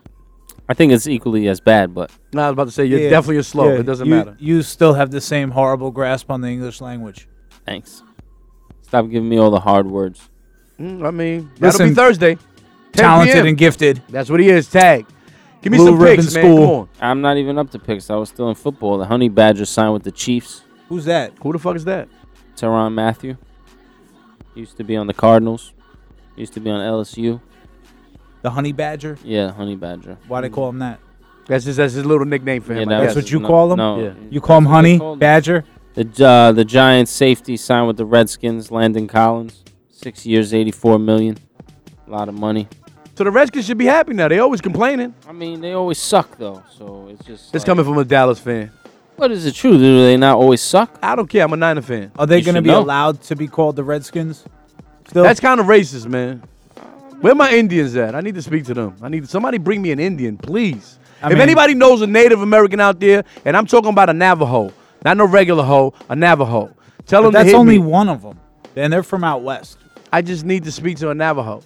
[SPEAKER 7] I think it's equally as bad, but
[SPEAKER 6] No, I was about to say you're
[SPEAKER 5] Yeah.
[SPEAKER 6] definitely a slow.
[SPEAKER 5] Yeah,
[SPEAKER 6] It doesn't
[SPEAKER 5] you-
[SPEAKER 6] matter.
[SPEAKER 5] You still have the same horrible grasp on the English language.
[SPEAKER 7] thanks. Stop giving me all the hard words.
[SPEAKER 6] Mm, I mean, that'll
[SPEAKER 5] Listen,
[SPEAKER 6] be Thursday. 10
[SPEAKER 5] Talented
[SPEAKER 6] PM.
[SPEAKER 5] and gifted.
[SPEAKER 6] that's what he is. Tag. Give me
[SPEAKER 5] Blue
[SPEAKER 6] some
[SPEAKER 5] Ribbon
[SPEAKER 6] picks, man. Come
[SPEAKER 5] School.
[SPEAKER 6] on.
[SPEAKER 7] I'm not even up to picks. I was still in football. The Honey Badger signed with the Chiefs.
[SPEAKER 5] Who's that?
[SPEAKER 6] Who the fuck is that?
[SPEAKER 7] Teron Matthew used to be on the Cardinals. Used to be on LSU.
[SPEAKER 5] The honey badger?
[SPEAKER 7] Yeah, Honey Badger.
[SPEAKER 5] Why they call him that?
[SPEAKER 6] That's his that's his little nickname for him.
[SPEAKER 7] Yeah,
[SPEAKER 6] I
[SPEAKER 7] that
[SPEAKER 5] That's
[SPEAKER 6] guess.
[SPEAKER 7] was-
[SPEAKER 5] what you
[SPEAKER 7] no-
[SPEAKER 5] call him?
[SPEAKER 7] No,
[SPEAKER 6] Yeah.
[SPEAKER 5] You call him
[SPEAKER 7] That's what they
[SPEAKER 5] honey
[SPEAKER 7] called him.
[SPEAKER 5] badger?
[SPEAKER 7] The uh, the Giants safety signed with the Redskins, Landon Collins, six years, eighty-four million, a lot of money.
[SPEAKER 6] So the Redskins should be happy now. They always complaining.
[SPEAKER 7] I mean, they always suck though, so it's just.
[SPEAKER 6] It's
[SPEAKER 7] like-
[SPEAKER 6] coming from a Dallas fan.
[SPEAKER 7] What is the truth? Do they not always suck?
[SPEAKER 6] I don't care. I'm a Niner fan.
[SPEAKER 5] Are they
[SPEAKER 7] You
[SPEAKER 5] going to
[SPEAKER 7] should
[SPEAKER 5] be
[SPEAKER 7] know.
[SPEAKER 5] allowed to be called the Redskins? Still?
[SPEAKER 6] That's kind of racist, man. Where my Indians at? I need to speak to them. I need somebody bring me an Indian, please.
[SPEAKER 5] I
[SPEAKER 6] if
[SPEAKER 5] mean-
[SPEAKER 6] anybody knows a Native American out there, and I'm talking about a Navajo, not no regular hoe, a Navajo.
[SPEAKER 5] But
[SPEAKER 6] Tell them
[SPEAKER 5] that's
[SPEAKER 6] to hit
[SPEAKER 5] only
[SPEAKER 6] me.
[SPEAKER 5] one of them. And they're from out west.
[SPEAKER 6] I just need to speak to a Navajo.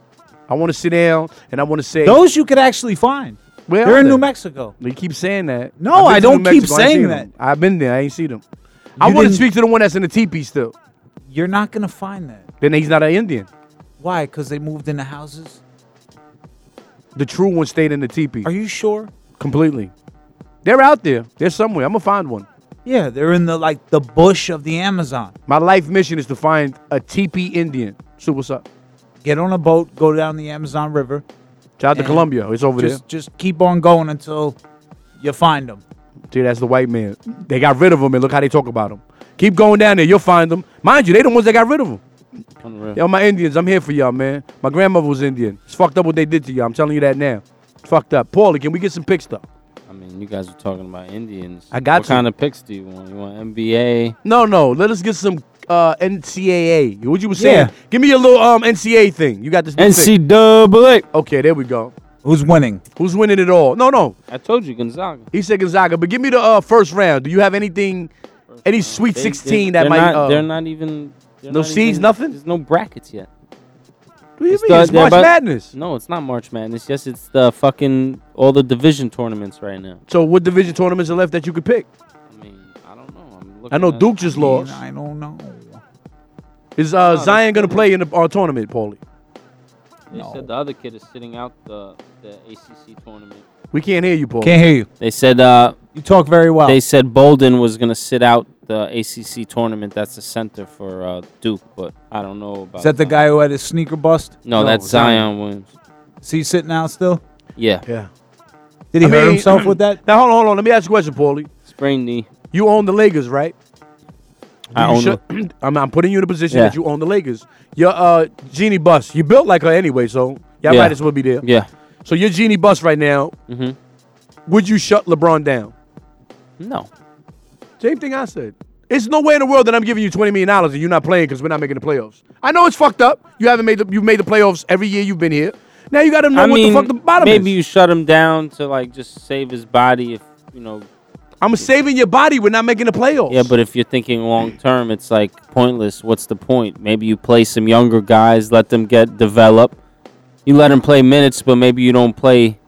[SPEAKER 6] I want to sit down and I want to say.
[SPEAKER 5] Those you could actually find.
[SPEAKER 6] Where
[SPEAKER 5] they're
[SPEAKER 6] are
[SPEAKER 5] in
[SPEAKER 6] they?
[SPEAKER 5] New Mexico.
[SPEAKER 6] You keep saying that.
[SPEAKER 5] No,
[SPEAKER 6] I've
[SPEAKER 5] I
[SPEAKER 6] been to
[SPEAKER 5] don't
[SPEAKER 6] New
[SPEAKER 5] keep
[SPEAKER 6] Mexico, I ain't
[SPEAKER 5] saying
[SPEAKER 6] seen
[SPEAKER 5] that.
[SPEAKER 6] them. I've been there. I ain't seen them. I
[SPEAKER 5] You
[SPEAKER 6] want to
[SPEAKER 5] didn't-
[SPEAKER 6] speak to the one that's in the teepee still.
[SPEAKER 5] You're not going to find that.
[SPEAKER 6] Then he's not an Indian.
[SPEAKER 5] Why? Because they moved into houses?
[SPEAKER 6] The true one stayed in the teepee.
[SPEAKER 5] Are you sure?
[SPEAKER 6] Completely. They're out there. They're somewhere. I'm gonna find one.
[SPEAKER 5] Yeah, they're in the like the bush of the Amazon.
[SPEAKER 6] My life mission is to find a teepee Indian. So what's up?
[SPEAKER 5] Get on a boat, go down the Amazon River.
[SPEAKER 6] Shout out to
[SPEAKER 5] And
[SPEAKER 6] Colombia. It's over
[SPEAKER 5] Just just keep on going until you find them.
[SPEAKER 6] there. Dude, that's the white man. They got rid of him and look how they talk about him. Keep going down there. You'll find them. Mind you, they the ones that got rid of him.
[SPEAKER 7] Unreal.
[SPEAKER 6] Yo, my Indians, I'm here for y'all, man. My grandmother was Indian. It's fucked up what they did to y'all. I'm telling you that now. It's fucked up. Paulie, can we get some pics though?
[SPEAKER 7] I mean, you guys are talking about Indians.
[SPEAKER 6] I got
[SPEAKER 7] What
[SPEAKER 6] you.
[SPEAKER 7] kind of picks do you want? You want NBA?
[SPEAKER 6] No, no. Let us get some uh, NCAA. What you were saying?
[SPEAKER 5] Yeah.
[SPEAKER 6] Give me a little um NCAA thing. You got this. new pic.
[SPEAKER 7] NCAA.
[SPEAKER 6] Okay, there we go.
[SPEAKER 5] Who's winning?
[SPEAKER 6] Who's winning it all? No, no.
[SPEAKER 7] I told you, Gonzaga.
[SPEAKER 6] He said Gonzaga, but give me the uh, first round. Do you have anything, any Sweet
[SPEAKER 7] They-
[SPEAKER 6] 16
[SPEAKER 7] they're
[SPEAKER 6] that might?
[SPEAKER 7] Not,
[SPEAKER 6] uh,
[SPEAKER 7] they're not even. they're
[SPEAKER 6] no
[SPEAKER 7] not
[SPEAKER 6] seeds,
[SPEAKER 7] even-
[SPEAKER 6] nothing?
[SPEAKER 7] There's no brackets yet.
[SPEAKER 6] What do you mean?
[SPEAKER 7] the-
[SPEAKER 6] It's
[SPEAKER 7] they're
[SPEAKER 6] March
[SPEAKER 7] about-
[SPEAKER 6] Madness.
[SPEAKER 7] No, it's not March Madness. Yes, it's the fucking all the division tournaments right now.
[SPEAKER 6] So what division tournaments are left that you could pick?
[SPEAKER 7] I mean, I don't know. I'm looking
[SPEAKER 6] I know
[SPEAKER 7] at-
[SPEAKER 6] Duke just lost.
[SPEAKER 5] I don't know.
[SPEAKER 6] Is uh, Zion gonna play in the, our tournament, Paulie?
[SPEAKER 7] They said the other kid is sitting out the the ACC tournament.
[SPEAKER 6] We can't hear you, Paulie.
[SPEAKER 5] Can't hear you.
[SPEAKER 7] They said uh
[SPEAKER 5] You talk very well.
[SPEAKER 7] they said Bolden was gonna sit out the ACC tournament. That's the center for uh, Duke, but I don't know about.
[SPEAKER 5] Is that the guy who had his sneaker bust?
[SPEAKER 7] No,
[SPEAKER 6] No,
[SPEAKER 7] that's
[SPEAKER 6] Zion.
[SPEAKER 7] Zion, Williams.
[SPEAKER 5] Is he sitting out still?
[SPEAKER 7] Yeah,
[SPEAKER 6] Yeah.
[SPEAKER 5] Did he
[SPEAKER 6] I
[SPEAKER 5] hurt
[SPEAKER 6] mean-
[SPEAKER 5] himself with that?
[SPEAKER 6] Now hold on, hold on. Let me ask you a question, Paulie.
[SPEAKER 7] sprained knee.
[SPEAKER 6] You own the Lakers, right?
[SPEAKER 7] I
[SPEAKER 6] You
[SPEAKER 7] own
[SPEAKER 6] should-
[SPEAKER 7] it.
[SPEAKER 6] I'm, I'm putting you in a position
[SPEAKER 7] Yeah.
[SPEAKER 6] that you own the Lakers. Your uh, Genie Bus, you built like her anyway, so y'all
[SPEAKER 7] Yeah.
[SPEAKER 6] might as well be there.
[SPEAKER 7] Yeah.
[SPEAKER 6] So your Genie Bus right now,
[SPEAKER 7] Mhm.
[SPEAKER 6] would you shut LeBron down?
[SPEAKER 7] No.
[SPEAKER 6] Same thing I said. It's no way in the world that I'm giving you twenty million dollars and you're not playing because we're not making the playoffs. I know it's fucked up. You haven't made the you've made the playoffs every year you've been here. Now you got to know
[SPEAKER 7] I
[SPEAKER 6] what
[SPEAKER 7] mean,
[SPEAKER 6] the fuck the bottom
[SPEAKER 7] maybe
[SPEAKER 6] is.
[SPEAKER 7] you shut him down to like just save his body. If you know,
[SPEAKER 6] I'm saving your body. We're not making the playoffs.
[SPEAKER 7] yeah. But if you're thinking long term, it's like pointless. What's the point? Maybe you play some younger guys, let them get develop. You let them play minutes, but maybe you don't play.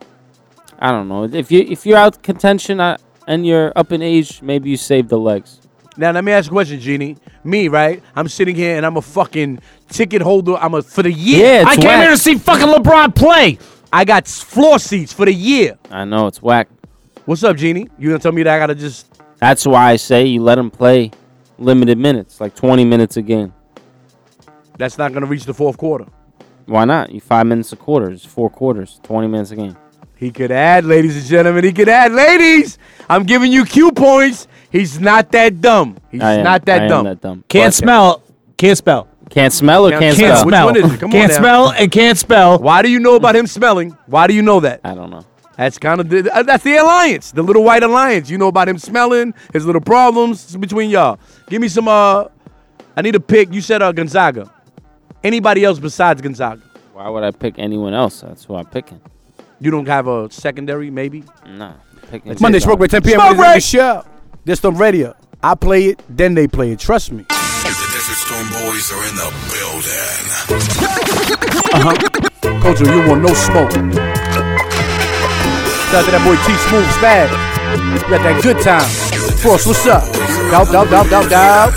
[SPEAKER 7] I don't know. If you if you're out contention uh, and you're up in age, maybe you save the legs.
[SPEAKER 6] Now let me ask you a question, Genie. Me, right? I'm sitting here and I'm a fucking ticket holder. I'm a for the year.
[SPEAKER 7] Yeah, it's
[SPEAKER 6] I came
[SPEAKER 7] whack.
[SPEAKER 6] here to see fucking LeBron play. I got s- floor seats for the year.
[SPEAKER 7] I know it's whack.
[SPEAKER 6] What's up, Genie? You gonna tell me that I gotta just
[SPEAKER 7] That's why I say you let him play limited minutes, like 20 minutes a game.
[SPEAKER 6] that's not gonna reach the fourth quarter?
[SPEAKER 7] Why not? You five minutes a quarter. It's four quarters, 20 minutes a game.
[SPEAKER 6] He could add, ladies and gentlemen. He could add, ladies. I'm giving you cue points. He's not that dumb. He's
[SPEAKER 7] I am-
[SPEAKER 6] not that
[SPEAKER 7] I am
[SPEAKER 6] dumb.
[SPEAKER 7] that dumb.
[SPEAKER 5] Can't
[SPEAKER 7] But-
[SPEAKER 5] smell. Can't spell.
[SPEAKER 7] Can't smell or can't,
[SPEAKER 6] Can't
[SPEAKER 5] Can't
[SPEAKER 7] spell.
[SPEAKER 6] Which
[SPEAKER 5] smell.
[SPEAKER 6] one is it? Come on
[SPEAKER 5] can't
[SPEAKER 6] now.
[SPEAKER 5] smell and can't spell.
[SPEAKER 6] Why do you know about him smelling? Why do you know that?
[SPEAKER 7] I don't know.
[SPEAKER 6] That's kind of the, uh, that's the alliance, the little white alliance. You know about him smelling his little problems It's between y'all. Give me some. Uh, I need a pick. You said uh, Gonzaga. Anybody else besides Gonzaga?
[SPEAKER 7] Why would I pick anyone else? That's who I'm picking.
[SPEAKER 6] You don't have a secondary, maybe.
[SPEAKER 7] Nah. I'm picking
[SPEAKER 10] Monday
[SPEAKER 7] Gonzaga.
[SPEAKER 10] smoke break 10 p.m.
[SPEAKER 6] Smoke
[SPEAKER 10] Smoke break.
[SPEAKER 6] break.
[SPEAKER 10] Show. This the radio. I play it, then they play it. Trust me.
[SPEAKER 11] The Desert Storm Boys are in the building.
[SPEAKER 10] Culture, you want no smoke. Shout out to that boy T Smooth Spad. You got that good time. Frost, what's up? Dow, dow, dow, dow, dow.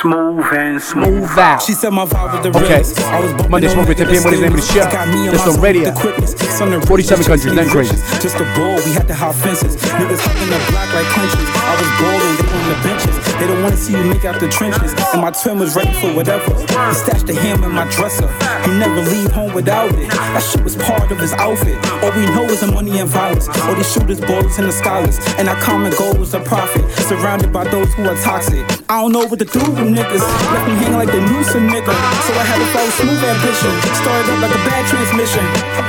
[SPEAKER 12] Smooth and smooth.
[SPEAKER 10] Move out.
[SPEAKER 12] She said my vibe with the
[SPEAKER 10] Okay.
[SPEAKER 12] realest. I was bumping
[SPEAKER 10] Monday
[SPEAKER 12] on
[SPEAKER 10] smoke with
[SPEAKER 12] that
[SPEAKER 10] 10 p.m. Monday's name of the show.
[SPEAKER 12] I got me and
[SPEAKER 10] It's on
[SPEAKER 12] myself
[SPEAKER 10] radio.
[SPEAKER 12] with the quickness. It's on the
[SPEAKER 10] 47
[SPEAKER 12] rich,
[SPEAKER 10] countries, nothing crazy.
[SPEAKER 12] Just a ball, we had to hop fences. Niggas hopping the block like clinches. I was balling, they on the benches. They don't wanna see you make out the trenches. And my twin was ready for whatever. He stashed the ham in my dresser. He never leave home without it. That shit was part of his outfit. All we know is the money and violence. All these shooters, ballers, and the scholars. And our common goal is a profit. Surrounded by those who are toxic. I don't know what to do with niggas. Left me hang like the noose a nigga. So I had to follow smooth ambition. Started up like a bad transmission.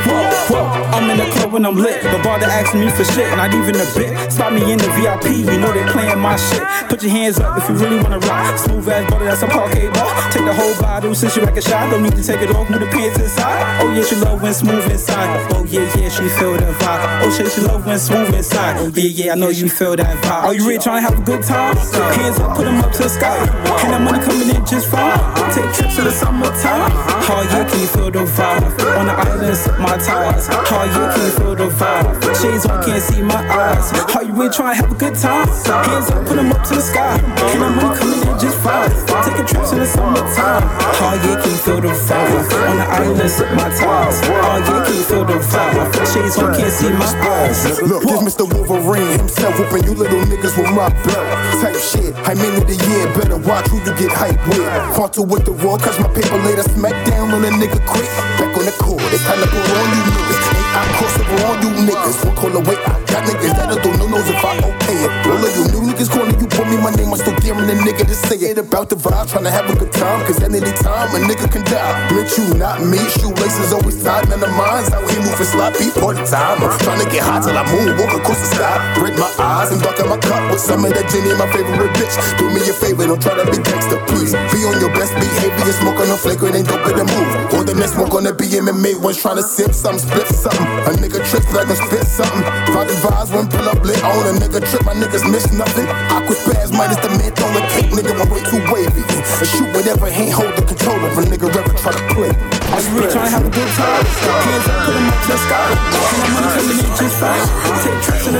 [SPEAKER 12] Whoa, whoa, I'm in the club when I'm lit. The bar that asking me for shit, not even a bit. Spot me in the VIP, you know they playing my shit. Put your hands up if you really wanna rock. Smooth ass butter, that's a parquet bar. Take the whole bottle, since you like a shot. Don't need to take it off, move the pants inside. Oh yeah, she love when smooth inside. Oh yeah, yeah, she feel the vibe. Oh shit, she love when smooth inside. Oh yeah, yeah, I know you feel that vibe. Are you really trying to have a good time? Hands up, put 'em up to the sky. And that money coming in just fine. Take trips to the summertime. Oh yeah, can you feel the vibe? On the island, sip my ties. Oh yeah, can you feel the vibe? Shades on, can't see my eyes. Are you really trying to have a good time? Hands up, put 'em up to the sky. And that money coming in just fine. Take a trip to the summertime. Oh yeah, can you feel the vibe? On the island, sip my ties. Oh yeah, can you feel the vibe? Shades on, can't see my eyes.
[SPEAKER 4] Look, it's Mr. Wolverine himself whooping you little niggas with my belt. Type shit, I'm in the year, better watch who you get hype with. Frontal with the raw, cause my paper later smack down on a nigga quick. Back on the court, it's time to go on you niggas. Ain't I cross over on you niggas? One call away, I got niggas that'll do no nos if I okay it. All of you new niggas calling you, put me my name, I'm still daring a nigga to say it about the vibe. Trying to have a good time, cause at any time a nigga can die. Bitch, you not me, shoelaces always tied, none of mine's out here moving sloppy, party time. I'm trying to get hot till I move, walk across the sky. Break my eyes and darken my cup with some of that genie, my favorite bitch. Do me a favor, don't try to be gangster, please. Be on your best behavior, smoke on a flagrant and don't get a move. Or the next one gonna be MMA, one's trying to sip something, split something. A nigga trips like I spit something. Five vibes, one pull up lit on a nigga trip, my niggas miss nothing. Aqua spaz minus the menthol and cake, nigga, my way too wavy. And shoot whatever, hand hold the control of a nigga ever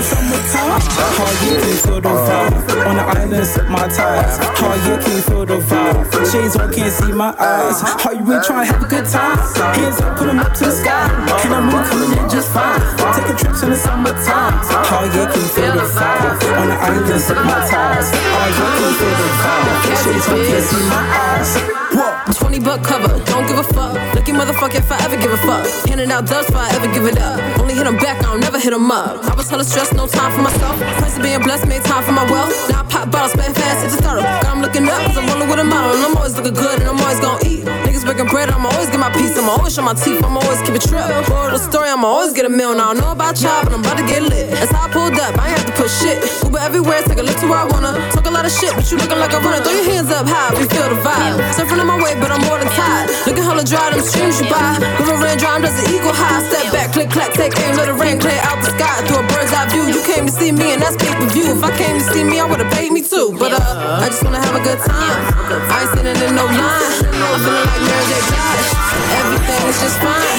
[SPEAKER 12] Hard yeah, can you feel the vibe? On the island, sip my ties. Hard yeah, can you feel the vibe? Shades on, can't see my eyes. How you really trying to have a good time? Hands up, put 'em up to the sky. And I'm really coming in just fine. Taking trips in the summertime. Hard yeah, can you feel the vibe? On the island, sip my ties. Hard yeah, can you feel the vibe? Shades on, can't see my eyes.
[SPEAKER 13] 20 buck cover, don't give a fuck. Lucky motherfucker if I ever give a fuck. Handing out dubs if I ever give it up. Only hit 'em back, I don't never hit 'em up. I was hella stressed, no time for myself. Price of being blessed, made time for my wealth. Now I pop bottles, spend fast, it's a startup. Got 'em looking up, cause I'm rolling with a model. And I'm always looking good, and I'm always gonna eat. Niggas breaking bread, I'ma always get my piece. I'ma always show my teeth, I'ma always keep it trip. Moral of the story, I'ma always get a meal. Now I know about y'all, but I'm about to get lit. That's how I pulled up, I ain't have to push shit. Uber everywhere, take a look to where I wanna. Talk a lot of shit, but you looking like a runner. Throw your hands up high, we feel the vibe. Surfing on my way, but I'm more than tired. Looking hella dry, them streams you buy. River ran dry, I'm just an eagle high. Step back, click, clack, take aim, let it rain, clear out the sky. Through a bird's eye view, you came to see me, and that's pay per view. If I came to see me, I would've paid me too. But uh, I just wanna have a good time. I ain't sitting in no line. I'm feeling like Mary J. Blige. Everything is just fine.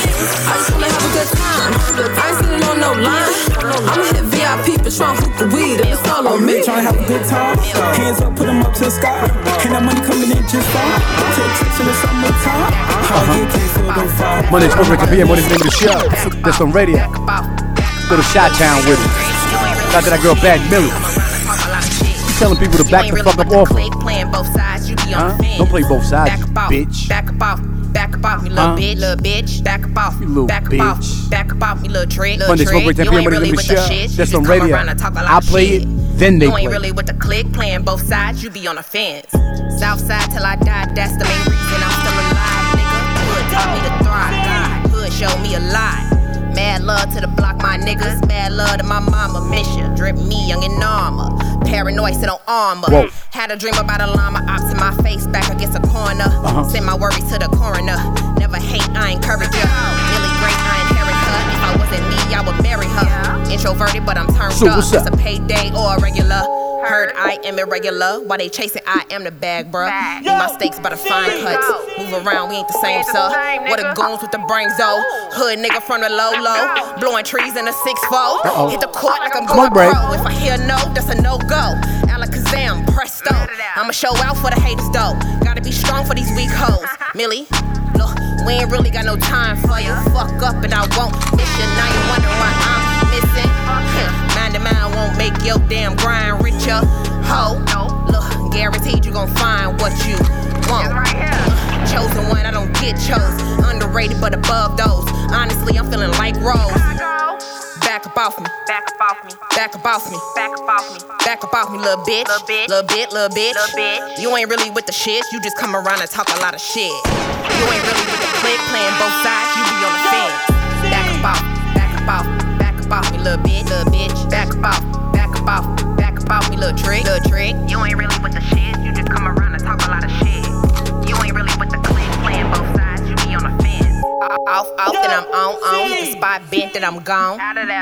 [SPEAKER 13] I just wanna have a good time. I ain't sitting on no line. I'ma hit VIP, Patron, hoop the weed, and it's all
[SPEAKER 12] Are
[SPEAKER 13] on
[SPEAKER 12] you
[SPEAKER 13] me.
[SPEAKER 12] really trying to have a good time? Hands up, put 'em up to the sky. And that money coming in just fine. Take trips in the summertime. Hard yeah, can you feel the vibe?
[SPEAKER 10] Money's over to be able to name the show. That's on radio. Go to Shot Town with it. Shout out to that girl, Bad Millie. She's telling people to back the fuck up off. her.
[SPEAKER 14] Playing both sides, you be on
[SPEAKER 10] Huh?
[SPEAKER 14] the fence.
[SPEAKER 10] Don't play both sides,
[SPEAKER 14] Back
[SPEAKER 10] you
[SPEAKER 14] up off,
[SPEAKER 10] bitch.
[SPEAKER 14] Back up off, back up off, me little
[SPEAKER 10] Huh?
[SPEAKER 14] bitch, little bitch. Back up off,
[SPEAKER 10] little
[SPEAKER 14] back up
[SPEAKER 10] bitch.
[SPEAKER 14] off, back up off, me little trick, little
[SPEAKER 10] Monday, smoke
[SPEAKER 14] trick.
[SPEAKER 10] break, 10
[SPEAKER 14] You
[SPEAKER 10] p.m.
[SPEAKER 14] ain't
[SPEAKER 10] Monday,
[SPEAKER 14] really
[SPEAKER 10] name the
[SPEAKER 14] with the
[SPEAKER 10] show.
[SPEAKER 14] shit.
[SPEAKER 10] That's
[SPEAKER 14] you
[SPEAKER 10] on
[SPEAKER 14] just
[SPEAKER 10] radio.
[SPEAKER 14] Come around and talk a lot
[SPEAKER 10] I
[SPEAKER 14] of
[SPEAKER 10] play
[SPEAKER 14] shit.
[SPEAKER 10] it, then they
[SPEAKER 14] You ain't
[SPEAKER 10] play.
[SPEAKER 14] really with the click, playing both sides, you be on the fence. South side till I die, that's the main reason I'm still alive, nigga. Hood taught me to thrive, hood showed me a lot. Mad love to the block, my niggas. Mad love to my mama, Misha. Drip me young in armor. Paranoid, sit on armor.
[SPEAKER 13] Whoa.
[SPEAKER 14] Had a dream about a llama, ops in my face, back against a corner.
[SPEAKER 13] Uh-huh.
[SPEAKER 14] Send my worries to the coroner. Never hate, I encourage her. Really great, I inherit her. If I wasn't me, I would marry her. Introverted, but I'm turned
[SPEAKER 13] So
[SPEAKER 14] up.
[SPEAKER 13] what's up?
[SPEAKER 14] It's a payday or a regular. Heard I am irregular. While they chasing, I am the bag, bruh. Eat my steaks by the fine cuts. Move around, we ain't the same, sir. What the goons with the brains, though. Hood nigga from the low low. Blowing trees in a six
[SPEAKER 13] Uh-oh.
[SPEAKER 14] fold. Hit the court like I'm
[SPEAKER 13] Smoke
[SPEAKER 14] going
[SPEAKER 13] break.
[SPEAKER 14] pro. If I hear no, that's a no go. Alakazam, presto. I'ma show out for the haters, though. Gotta be strong for these weak hoes. Millie, look, we ain't really got no time for you. Fuck up and I won't miss you. Now you wonder why I'm missing. Huh, Mind to mind won't make your damn grind richer. Ho, look, guaranteed you gon' find what you want. Uh, Chosen one, I don't get chose. Underrated but above those. Honestly, I'm feeling like Rose. Back up off me. Back up off me. Back up off me. Back up off me. Back up off me, little bitch. Little bitch. Little bitch. Little bitch. You ain't really with the shit. You just come around and talk a lot of shit. You ain't really with the click playing both sides. You be on the fence. Back up off. Back up off. Back up off me, little bitch. Little bitch. Back up off. Back up off. Back up off me, little trick. Little trick. You ain't really with the shit. You just come around and talk a lot of shit. You ain't really with the click playing both sides. You be on the fence off, off, then I'm on, on. Hit the spot, bent, then I'm gone.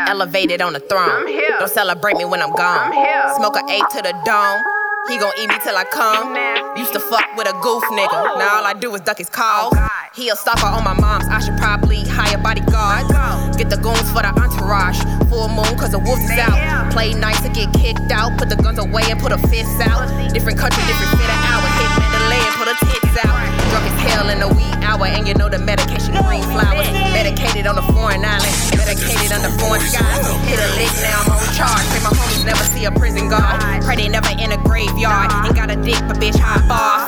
[SPEAKER 14] Elevated on the throne. Don't celebrate me when I'm gone. Smoke a eight to the dome. He gon' eat me till I come. Oh, Used to fuck with a goof nigga. Now all I do is duck his calls. He a stalker on my mom's. I should probably hire bodyguards. Get the goons for the entourage. Full moon, cause the wolf is out. Play nice to get kicked out. Put the guns away and put a fist out. Different country, different fit of hour. Hit Mandalay and put a tits out. Drunk as hell in the wee hour. And you know the medication green flowers. Medicated on a foreign island. Medicated under foreign skies. Hit a lick, now I'm on charge. Say my homies never see a prison guard. Pray they never in a graveyard. Ain't got a dick, but bitch, hop off.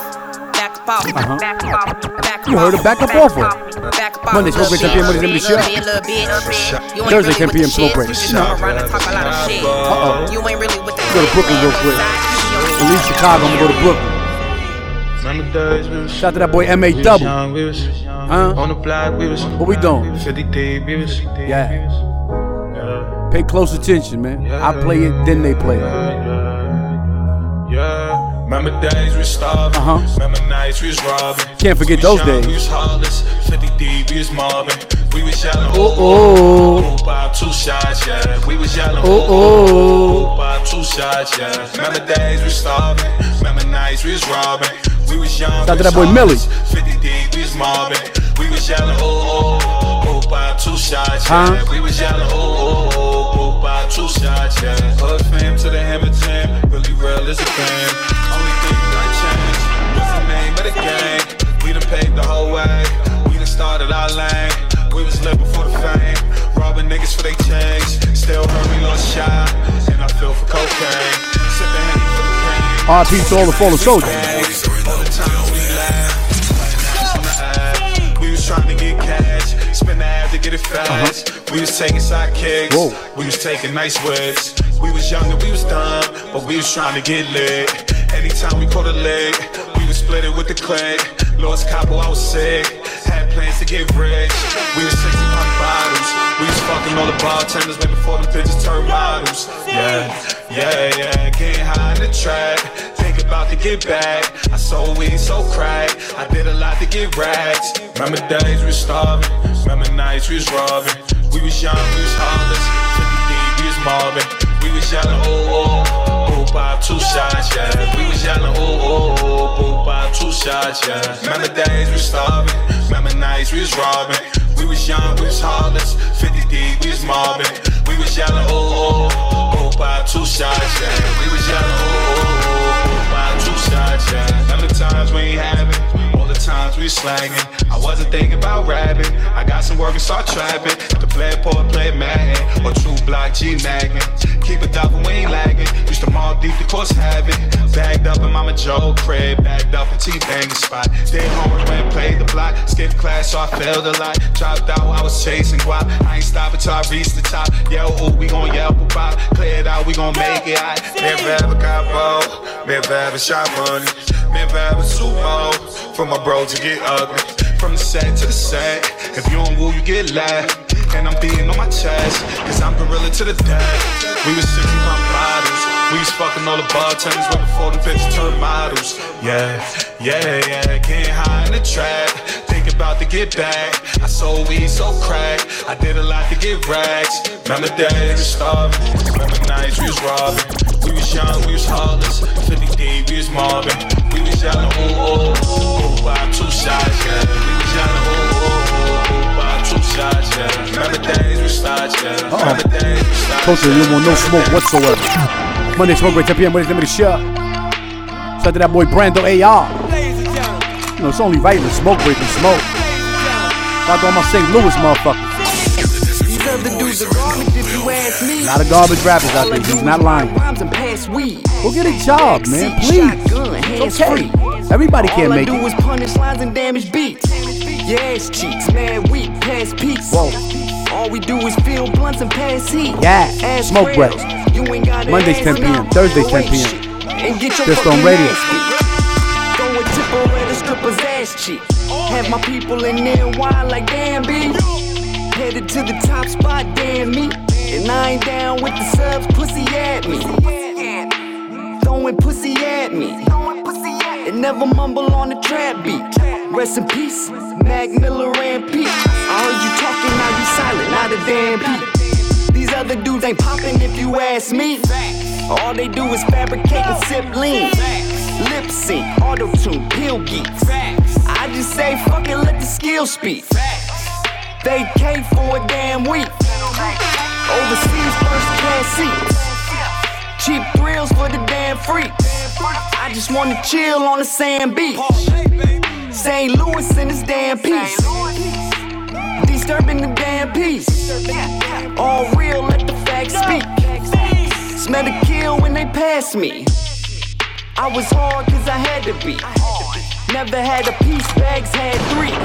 [SPEAKER 14] Back up off.
[SPEAKER 10] Uh-huh.
[SPEAKER 14] Back up off. Back up
[SPEAKER 10] You heard
[SPEAKER 14] off.
[SPEAKER 10] it back up off her.
[SPEAKER 14] Back up off.
[SPEAKER 10] Monday, smoke break, 10 p.m. Monday's name of the
[SPEAKER 14] Little
[SPEAKER 10] show.
[SPEAKER 14] bitch, little bitch, little bitch. You ain't really
[SPEAKER 10] Thursday, 10
[SPEAKER 14] with the
[SPEAKER 10] p.m. smoke
[SPEAKER 14] shit.
[SPEAKER 10] break.
[SPEAKER 14] You just come around and talk a lot of shit.
[SPEAKER 10] Uh-oh.
[SPEAKER 14] You ain't really with the
[SPEAKER 10] Go to Brooklyn real quick. I leave Chicago, I'm gonna go to Brooklyn. Shout out to that boy M.A. Double. Huh? On the block, we was what we doing? 50 we was, yeah. Pay close attention, man. I play it, then they play it.
[SPEAKER 11] Yeah. Remember days we was starving.
[SPEAKER 10] Uh-huh.
[SPEAKER 11] Remember nights we was robbing.
[SPEAKER 10] Can't forget
[SPEAKER 11] We
[SPEAKER 10] those
[SPEAKER 11] young,
[SPEAKER 10] days.
[SPEAKER 11] We was heartless. 50 deep, we was mobbing. We was yelling.
[SPEAKER 10] Oh, oh.
[SPEAKER 11] Ooh, by two shots, yeah. We was yelling.
[SPEAKER 10] Oh, oh.
[SPEAKER 11] Ooh, by two shots, yeah. Remember days we was starving. Remember nights we was robbing. We was young.
[SPEAKER 10] Shout out to that boy Millie.
[SPEAKER 11] 50 deep, we was mobbing. We was yelling. Oh, oh. Ooh, by two shots,
[SPEAKER 10] Huh?
[SPEAKER 11] yeah. We was yelling. Oh, oh. Ooh, by two shots, yeah. Hood fam to the hammer jam. Really real is a fam. Only thing that changed was the name of the game. We done paved the whole way. We done started our lane. We was living for the fame. Robbing niggas for they change. Still hurt me, lost shy. And I feel for cocaine. Sipping Henny for the pain.
[SPEAKER 6] RP to all the fallen
[SPEAKER 11] Uh-huh.
[SPEAKER 6] soldiers.
[SPEAKER 11] We was trying to get cash, spend the ad to get it fast. We was taking side kicks, we was taking nice words. We was young and we was dumb, but we was trying to get lit. Anytime we caught a leg, we was split it with the click. Lost capo, I was sick. Had plans to get rich. We was 60 pop bottles. We was fucking all the bartenders way before the bitches turned models. Yeah, yeah, yeah. Getting high in the track. Think about to get back. I sold weed, so crack. I did a lot to get racks. Remember days we was starving. Remember nights we was robbing. We was young, we was heartless. 50 deep, we was mobbing. We was yelling, oh, oh, boo, bop, two shots, yeah. We was yelling, oh, oh, oh, boo, bop, two shots, yeah. Remember days we was starving. Remember nights we was robbing. We was young, we was heartless. 50 deep, we was mobbing. We was yelling, oh, oh, oh, boo, bop, two shots, yeah. We was yelling, oh, oh, oh, boo, bop, two shots, yeah. Remember the times we ain't having. All the times we slanging. I wasn't thinking about rapping. I got some work and start trapping. The play poor, play Madden. Or true block G Magnet. Keep it up and we ain't lagging. Used to mob deep, the course habit. Bagged up in Mama Joe crib. Bagged up in T banging spot. Did homework when played the block. Skipped class, so I failed a lot. Dropped out, I was chasing guap. I ain't stopping till I reach the top. Yo, ooh, we gon' yell, boop, bop. Clear it out, we gon' make it hot. Man, forever got bold. Man, forever shot money. Man, forever sumo. For my bro to get ugly. From the set to the set. If you don't woo, you get laughed. And I'm beating on my chest. Cause I'm gorilla to the death. We was 60 pump bottles. We was fucking all the bartenders way before the bitches turned models. Yeah, yeah, yeah. Getting high in the trap. Think about to get back. I sold weed, so crack. I did a lot to get racks. Remember days we was starving. Remember nights we was robbing. We was young, we was heartless. 50 D, we was mobbing. We was yelling, oh, oh, oh, oh, by two shots, yeah. We was yelling, oh, oh, oh, oh, by two shots, yeah. Remember days we started, yeah. Remember days we started.
[SPEAKER 6] Culture, Uh, you want no smoke whatsoever. Monday smoke break 10 p.m. Monday, let me the shut. Shout out to that boy Brando AR. You know, it's only right when smoke break and smoke. Shout out to all my St. Louis motherfuckers.
[SPEAKER 15] These other dudes are garbage if you ask me.
[SPEAKER 6] A lot of garbage rappers out there. He's not lying.
[SPEAKER 15] Rhymes and pass weed.
[SPEAKER 6] Go get a job, man. Please.
[SPEAKER 15] Gun, hands
[SPEAKER 6] It's okay.
[SPEAKER 15] free.
[SPEAKER 6] Everybody can't
[SPEAKER 15] All
[SPEAKER 6] make
[SPEAKER 15] I do
[SPEAKER 6] it.
[SPEAKER 15] is punish lines and damage beats. Your ass cheeks, man, weak, pass peaks. Whoa. All we do is feel blunts and pass heat.
[SPEAKER 6] Yeah.
[SPEAKER 15] Ass
[SPEAKER 6] Smoke
[SPEAKER 15] grabs.
[SPEAKER 6] breaks.
[SPEAKER 15] You ain't got
[SPEAKER 6] Mondays 10 p.m. Thursdays 10 p.m.
[SPEAKER 15] And get your
[SPEAKER 6] Just on
[SPEAKER 15] fucking
[SPEAKER 6] radio.
[SPEAKER 15] ass beat. Throw a tip over at a stripper's ass cheek. Have my people in there wild like damn B. Headed to the top spot, damn me. And I ain't down with the subs, pussy at me throwing pussy at me. And never mumble on the trap beat. Rest in peace, Mac Miller and Pete. I heard you talking, now you silent, not a damn peep. These other dudes ain't popping if you ask me. All they do is fabricate and sip lean. Lip sync, auto tune, pill geeks. I just say fuck it, let the skill speak. They came for a damn week. Overseas first class seats. Cheap thrills for the damn freaks. I just wanna chill on the sand beach. St. Louis in this damn piece. Disturbing the damn peace. All real, let the facts speak. Smell the kill when they pass me. I was hard cause I had to be. Never had a piece, bags had three.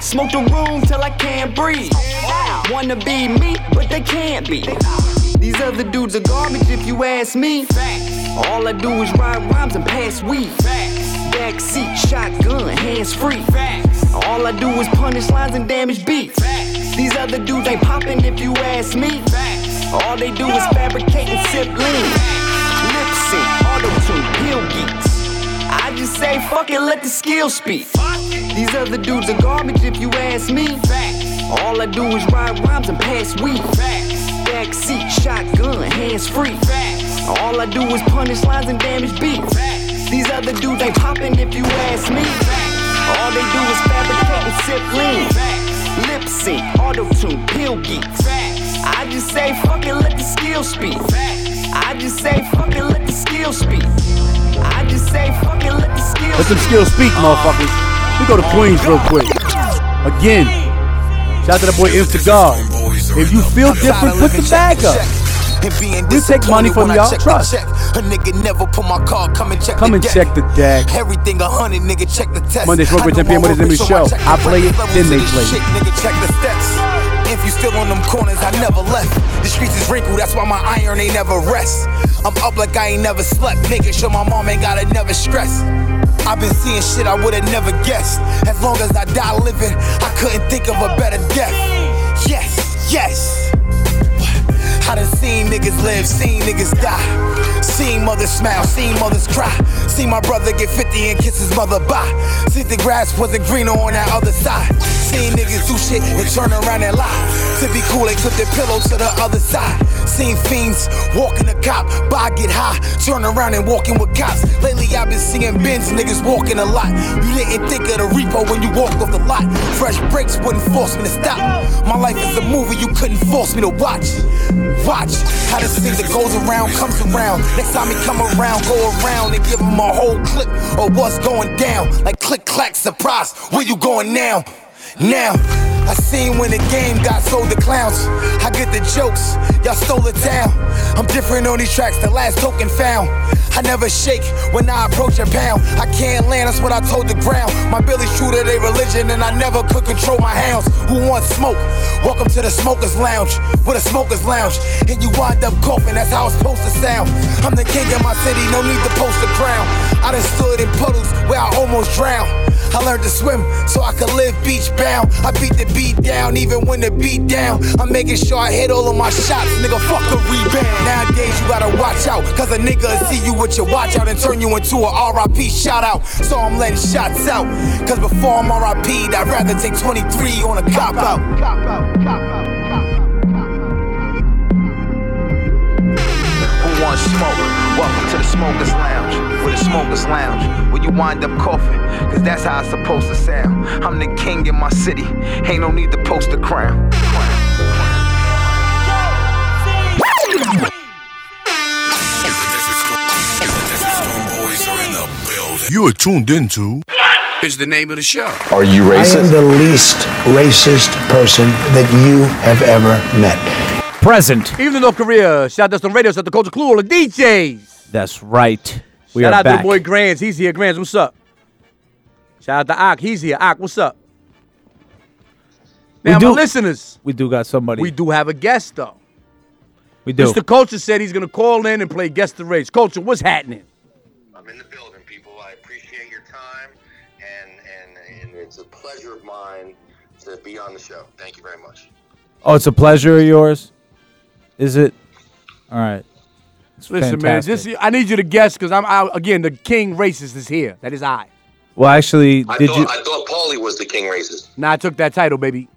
[SPEAKER 15] Smoke the room till I can't breathe. Wanna be me, but they can't be. These other dudes are garbage if you ask me. All I do is ride rhymes and pass weed. Backseat, shotgun, hands free. All I do is punish lines and damage beats. These other dudes ain't popping if you ask me. All they do is fabricate and sip lean. Lip sync, auto tune, pill geeks. I just say fuck it, let the skill speak. These other dudes are garbage if you ask me. All I do is ride rhymes and pass weed. Backseat, shotgun, hands free. All I do is punish lines and damage beats. These other dudes ain't popping if you ask me. All they do is fabricate and sip lean. Lip sync, auto tune, pill geeks. I just say fuck it, let the skill speak. I just say fuck it, let the skill speak. I just say fuck it, let the skill
[SPEAKER 6] Let them skills speak, motherfuckers. We go to Queens real quick. Again. Shout out to the boy Instagar. If you feel different, put the bag up.
[SPEAKER 16] We
[SPEAKER 6] take money from y'all. Trust.
[SPEAKER 16] Check. A nigga never put my car. Come and check.
[SPEAKER 6] Come
[SPEAKER 16] the
[SPEAKER 6] and
[SPEAKER 16] deck.
[SPEAKER 6] check the deck.
[SPEAKER 16] Everything a hundred, nigga. Check the test.
[SPEAKER 6] Monday, Smoke with 10 p.m. What is in this show? I play it, then they play
[SPEAKER 16] Shit,
[SPEAKER 6] it.
[SPEAKER 16] nigga, check the steps. If you still on them corners, I never left. The streets is wrinkled, that's why my iron ain't never rest. I'm up like I ain't never slept, making sure my mom ain't gotta never stress. I've been seeing shit I would've never guessed. As long as I die living, I couldn't think of a better death. Yes, yes. I done seen niggas live, seen niggas die. Seen mothers smile, seen mothers cry. Seen my brother get 50 and kiss his mother bye. See the grass wasn't greener on that other side. Seen niggas do shit and turn around and lie. To be cool, they took their pillow to the other side. Seen fiends walking the cop, by get high, turn around and walking with cops. Lately I've been seeing Benz niggas walking a lot. You didn't think of the repo when you walked off the lot. Fresh brakes wouldn't force me to stop. My life is a movie you couldn't force me to watch. Watch how this thing that goes around comes around. Next time he come around, go around and give him a whole clip of what's going down. Like click clack surprise, where you going now? Now. I seen when the game got sold to clowns. I get the jokes, y'all stole it down. I'm different on these tracks, the last token found. I never shake when I approach a pound. I can't land, that's what I told the ground. My Billy's true to their religion, and I never could control my hounds. Who wants smoke? Welcome to the smoker's lounge, with a smoker's lounge. And you wind up coughing, that's how it's supposed to sound. I'm the king of my city, no need to post a crown. I done stood in puddles where I almost drowned. I learned to swim so I could live beach bound. I beat the beat down, even when the beat down. I'm making sure I hit all of my shots, nigga. Fuck a rebound. Nowadays, you gotta watch out, cause a nigga will see you with your watch out and turn you into a RIP shout out. So I'm letting shots out, cause before I'm RIP'd, I'd rather take 23 on a cop out.
[SPEAKER 17] Who wants smoke? Welcome to the Smokers Lounge. With the Smokers Lounge, where you wind up coughing, cause that's how it's supposed to sound. I'm the king in my city, ain't no need to post a crown.
[SPEAKER 18] You are tuned into
[SPEAKER 4] It's the name of the show.
[SPEAKER 19] Are you
[SPEAKER 4] racist?
[SPEAKER 19] I am the least racist person that you have ever met.
[SPEAKER 5] Present.
[SPEAKER 6] Evening, North Korea. Shout out to the radio, shout out to Culture Clue, all the DJs.
[SPEAKER 5] That's right. We
[SPEAKER 6] shout
[SPEAKER 5] are
[SPEAKER 6] out to
[SPEAKER 5] back.
[SPEAKER 6] the boy Grants. He's here. Grants, what's up? Shout out to Ak. He's here. Ak, what's up?
[SPEAKER 5] We
[SPEAKER 6] Now,
[SPEAKER 5] do-
[SPEAKER 6] my listeners,
[SPEAKER 5] we do got somebody.
[SPEAKER 6] we
[SPEAKER 5] We,
[SPEAKER 6] do have a guest, though.
[SPEAKER 5] do.
[SPEAKER 6] Mr. Culture said he's going to call in and play Guest the Race. Culture, what's happening?
[SPEAKER 9] and it's a pleasure of mine to be on the show. Thank you very much.
[SPEAKER 5] Oh, it's a pleasure of yours. Is it? All right. It's
[SPEAKER 6] Listen,
[SPEAKER 5] fantastic.
[SPEAKER 6] man, this, I need you to guess because I'm I, again the king racist is here. That is I.
[SPEAKER 5] well, actually,
[SPEAKER 9] I
[SPEAKER 5] did
[SPEAKER 9] thought
[SPEAKER 5] you?
[SPEAKER 9] I thought Paulie was the king racist.
[SPEAKER 6] Nah, I took that title, baby.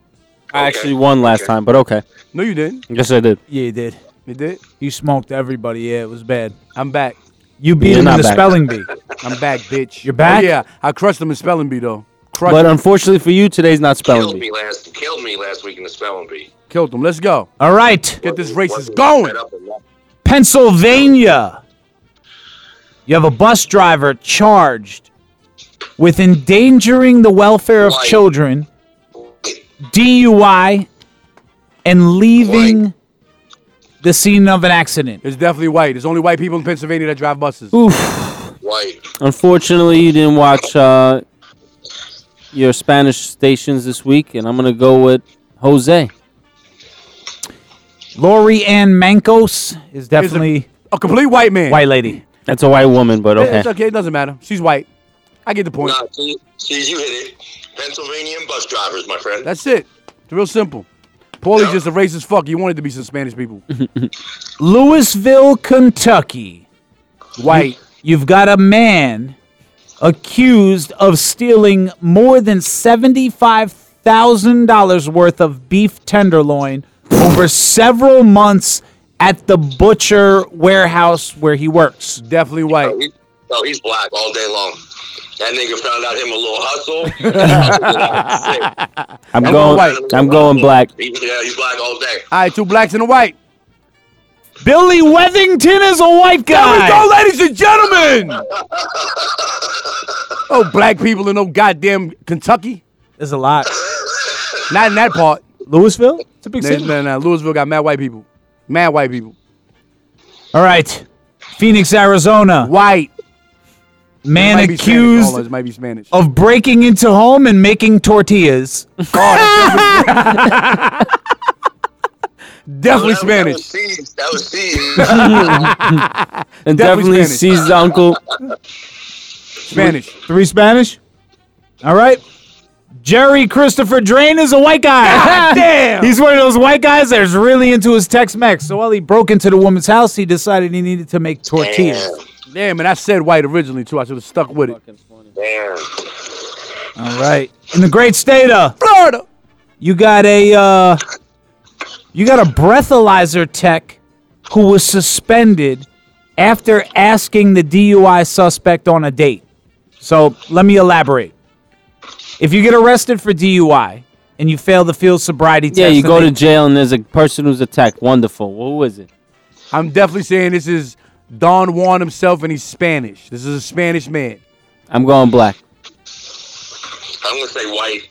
[SPEAKER 7] I actually won last time, but okay.
[SPEAKER 6] No, you didn't.
[SPEAKER 7] Yes, I did.
[SPEAKER 5] Yeah, you did.
[SPEAKER 6] You did.
[SPEAKER 5] You smoked everybody. Yeah, it was bad.
[SPEAKER 6] I'm back.
[SPEAKER 5] You beat
[SPEAKER 7] You're
[SPEAKER 5] him in
[SPEAKER 7] not
[SPEAKER 5] the
[SPEAKER 7] back.
[SPEAKER 5] spelling bee.
[SPEAKER 6] I'm back, bitch. You're
[SPEAKER 5] back?
[SPEAKER 6] yeah, I crushed him in spelling bee though. Crushed
[SPEAKER 7] But
[SPEAKER 6] him.
[SPEAKER 7] unfortunately for you, today's not spelling
[SPEAKER 9] Killed
[SPEAKER 7] bee.
[SPEAKER 9] me last killed me last week in the spelling bee.
[SPEAKER 6] Killed him. Let's go.
[SPEAKER 5] All right.
[SPEAKER 6] Get this race is going.
[SPEAKER 5] Pennsylvania. You have a bus driver charged with endangering the welfare of children, DUI, and leaving the scene of an accident.
[SPEAKER 6] It's definitely white. There's only white people in Pennsylvania that drive buses.
[SPEAKER 9] White.
[SPEAKER 7] Unfortunately, you didn't watch uh, your Spanish stations this week, and I'm gonna go with Jose.
[SPEAKER 5] Lori Ann Mancos is definitely
[SPEAKER 6] a, complete white man.
[SPEAKER 5] White lady.
[SPEAKER 7] That's a white woman, but
[SPEAKER 6] Yeah,
[SPEAKER 7] okay.
[SPEAKER 6] It's okay. It doesn't matter. She's white. I get the point.
[SPEAKER 9] Nah, see, see, you hit it. Pennsylvanian bus drivers, my friend.
[SPEAKER 6] That's it. It's real simple. Paulie's just a racist fuck. He wanted to be some Spanish people.
[SPEAKER 5] Louisville, Kentucky.
[SPEAKER 6] White.
[SPEAKER 5] You've got a man accused of stealing more than $75,000 worth of beef tenderloin over several months at the butcher warehouse where he works.
[SPEAKER 6] Definitely white.
[SPEAKER 9] Oh, he's black all day long. That nigga found out him a little hustle.
[SPEAKER 7] I'm
[SPEAKER 6] I'm
[SPEAKER 7] going.
[SPEAKER 6] white.
[SPEAKER 7] I'm going black.
[SPEAKER 9] He- yeah, he's black all day.
[SPEAKER 6] All right, two blacks and a white.
[SPEAKER 5] Billy Wethington is a white guy.
[SPEAKER 6] There we go, ladies and gentlemen. oh, black people in no goddamn Kentucky.
[SPEAKER 5] There's a lot.
[SPEAKER 6] Not in that part.
[SPEAKER 5] Louisville? It's a big
[SPEAKER 6] No,
[SPEAKER 5] city.
[SPEAKER 6] no, no. Louisville got mad white people. Mad white people.
[SPEAKER 5] All right. Phoenix, Arizona.
[SPEAKER 6] White.
[SPEAKER 5] Man
[SPEAKER 6] It might be Spanish.
[SPEAKER 5] accused
[SPEAKER 6] Hold on, it might be Spanish.
[SPEAKER 5] of breaking into home and making tortillas.
[SPEAKER 6] Definitely
[SPEAKER 9] That
[SPEAKER 6] Spanish.
[SPEAKER 9] was Steve's. That was Steve's.
[SPEAKER 7] and
[SPEAKER 6] Definitely
[SPEAKER 7] definitely,
[SPEAKER 6] Spanish.
[SPEAKER 7] sees the uncle.
[SPEAKER 6] Spanish.
[SPEAKER 5] Three Spanish. All right. Jerry Christopher Drain is a white guy.
[SPEAKER 6] God damn!
[SPEAKER 5] He's one of those white guys that's really into his Tex-Mex. So while he broke into the woman's house, he decided he needed to make tortillas.
[SPEAKER 6] Damn, and I said white originally too. I should have stuck with it.
[SPEAKER 5] All right. In the great state of
[SPEAKER 6] Florida,
[SPEAKER 5] you got a uh, you got a breathalyzer tech who was suspended after asking the DUI suspect on a date. So let me elaborate. If you get arrested for DUI and you fail the field sobriety test,
[SPEAKER 7] Yeah, you
[SPEAKER 5] and
[SPEAKER 7] go
[SPEAKER 5] they-
[SPEAKER 7] to jail and there's a person who's attacked. Wonderful. What was it?
[SPEAKER 6] I'm definitely saying this is Don Juan himself, and he's Spanish. This is a Spanish man.
[SPEAKER 7] I'm going black.
[SPEAKER 9] I'm gonna say white.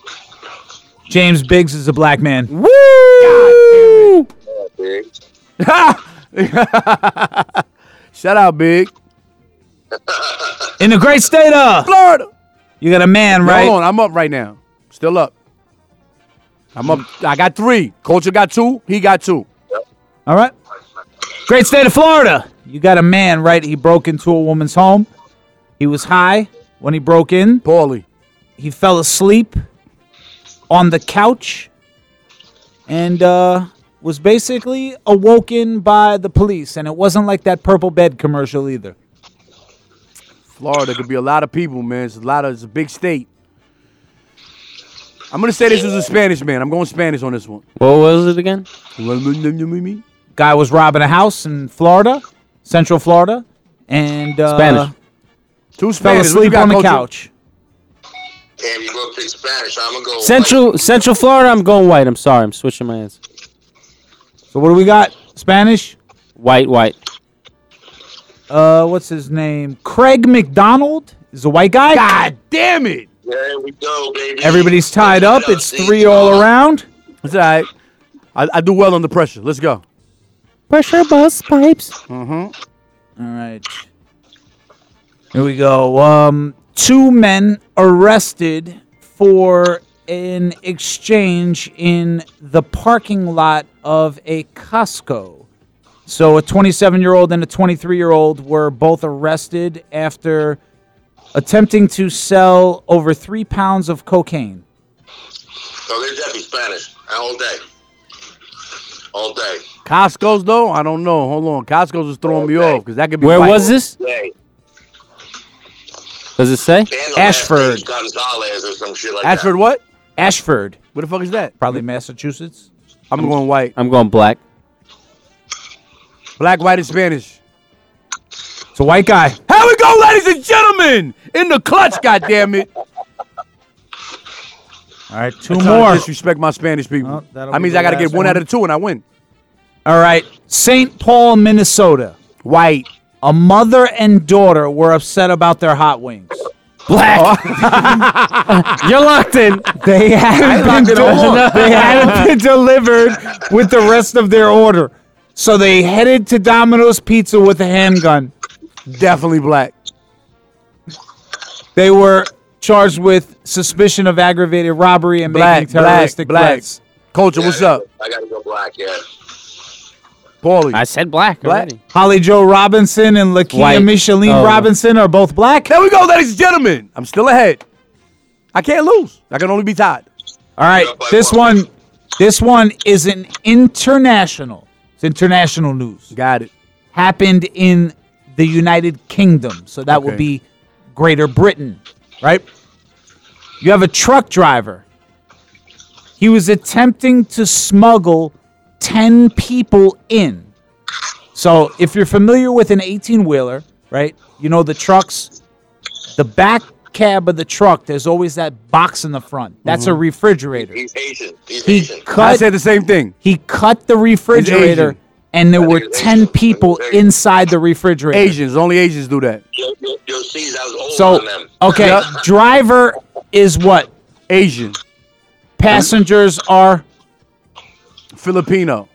[SPEAKER 5] James Biggs is a black man.
[SPEAKER 6] Woo! Shout out, Big.
[SPEAKER 5] In the great state of
[SPEAKER 6] Florida.
[SPEAKER 5] You got a man, right?
[SPEAKER 6] Hold on, I'm up right now. Still up. I'm up. I got three. Culture got two. He got two.
[SPEAKER 5] All right. Great state of Florida. You got a man, right? He broke into a woman's home. He was high when he broke in.
[SPEAKER 6] Poorly.
[SPEAKER 5] He fell asleep on the couch and uh, was basically awoken by the police. And it wasn't like that purple bed commercial either.
[SPEAKER 6] Florida could be a lot of people, man. It's a lot of. It's a big state. I'm gonna say this was a Spanish man. I'm going Spanish on this one.
[SPEAKER 7] What was it again?
[SPEAKER 5] Guy was robbing a house in Florida, Central Florida, and uh,
[SPEAKER 7] Spanish.
[SPEAKER 6] Two
[SPEAKER 5] fell
[SPEAKER 6] Spanish. What you
[SPEAKER 5] asleep
[SPEAKER 6] got,
[SPEAKER 5] on the
[SPEAKER 6] Culture?
[SPEAKER 5] couch.
[SPEAKER 9] Damn, you gonna pick Spanish? I'm gonna go.
[SPEAKER 7] Central Central Florida. I'm going white. I'm sorry. I'm switching my answer.
[SPEAKER 5] So what do we got? Spanish?
[SPEAKER 7] White, white.
[SPEAKER 5] Uh, what's his name? Craig McDonald is a white guy.
[SPEAKER 6] God damn it!
[SPEAKER 9] There we go, baby.
[SPEAKER 5] Everybody's tied up. It's three all around.
[SPEAKER 6] It's all right. I, I do well under pressure. Let's go.
[SPEAKER 7] Pressure bus pipes.
[SPEAKER 6] Mm-hmm.
[SPEAKER 5] All right. Here we go. Um, two men arrested for an exchange in the parking lot of a Costco. So a 27 year old and a 23 year old were both arrested after attempting to sell over three pounds of cocaine.
[SPEAKER 9] So they're Oh, definitely Spanish all day. All day.
[SPEAKER 6] Costco's though, I don't know. Hold on, Costco's is throwing me off because that could be.
[SPEAKER 7] Where
[SPEAKER 6] white.
[SPEAKER 7] was this?
[SPEAKER 9] Day.
[SPEAKER 7] Does it say?
[SPEAKER 9] And the last name is
[SPEAKER 5] Ashford.
[SPEAKER 9] Gonzalez or some shit like
[SPEAKER 6] Ashford what?
[SPEAKER 5] Ashford.
[SPEAKER 6] What the fuck is that?
[SPEAKER 5] Probably Massachusetts.
[SPEAKER 6] I'm going white.
[SPEAKER 7] I'm going black.
[SPEAKER 6] Black, white, and Spanish.
[SPEAKER 5] It's a white guy.
[SPEAKER 6] Here we go, ladies and gentlemen, in the clutch. God damn it!
[SPEAKER 5] All right, two
[SPEAKER 6] I'm trying to
[SPEAKER 5] more.
[SPEAKER 6] Disrespect my Spanish people.
[SPEAKER 5] that'll
[SPEAKER 6] that
[SPEAKER 5] be
[SPEAKER 6] means
[SPEAKER 5] the
[SPEAKER 6] I gotta get
[SPEAKER 5] last
[SPEAKER 6] one out
[SPEAKER 5] one.
[SPEAKER 6] of two and I win.
[SPEAKER 5] All right, St. Paul, Minnesota.
[SPEAKER 6] White.
[SPEAKER 5] A mother and daughter were upset about their hot wings.
[SPEAKER 7] Black.
[SPEAKER 6] Oh.
[SPEAKER 7] You're locked in.
[SPEAKER 5] They hadn't, been, del- they hadn't been delivered with the rest of their order. So they headed to Domino's Pizza with a handgun.
[SPEAKER 6] Definitely black.
[SPEAKER 5] They were charged with suspicion of aggravated robbery and
[SPEAKER 6] Black,
[SPEAKER 5] making terroristic
[SPEAKER 6] black, black.
[SPEAKER 5] threats.
[SPEAKER 6] Culture, what's up?
[SPEAKER 9] that. I gotta go black, yeah.
[SPEAKER 6] Paulie.
[SPEAKER 7] I said black,
[SPEAKER 6] Black.
[SPEAKER 7] already.
[SPEAKER 5] Holly Joe Robinson and Lakia
[SPEAKER 7] White.
[SPEAKER 5] Micheline
[SPEAKER 7] Oh.
[SPEAKER 5] Robinson are both black.
[SPEAKER 6] There we go, ladies and gentlemen. I'm still ahead. I can't lose. I can only be tied.
[SPEAKER 5] All right, this one, this one is an international. It's international news.
[SPEAKER 6] Got it.
[SPEAKER 5] Happened in the United Kingdom, so that would
[SPEAKER 6] Okay.
[SPEAKER 5] be Greater Britain, right? You have a truck driver. He was attempting to smuggle ten people in. So, if you're familiar with an 18 wheeler, right? You know the trucks. The back cab of the truck, there's always that box in the front. That's a
[SPEAKER 6] Mhm.
[SPEAKER 5] refrigerator.
[SPEAKER 9] He's Asian. He's
[SPEAKER 5] He
[SPEAKER 9] Asian.
[SPEAKER 5] cut.
[SPEAKER 6] I said the same thing.
[SPEAKER 5] He cut the refrigerator, and there were ten people inside the refrigerator.
[SPEAKER 6] Asians, only Asians do that.
[SPEAKER 5] So okay, driver is what?
[SPEAKER 6] Asian.
[SPEAKER 5] Passengers are
[SPEAKER 6] Filipino.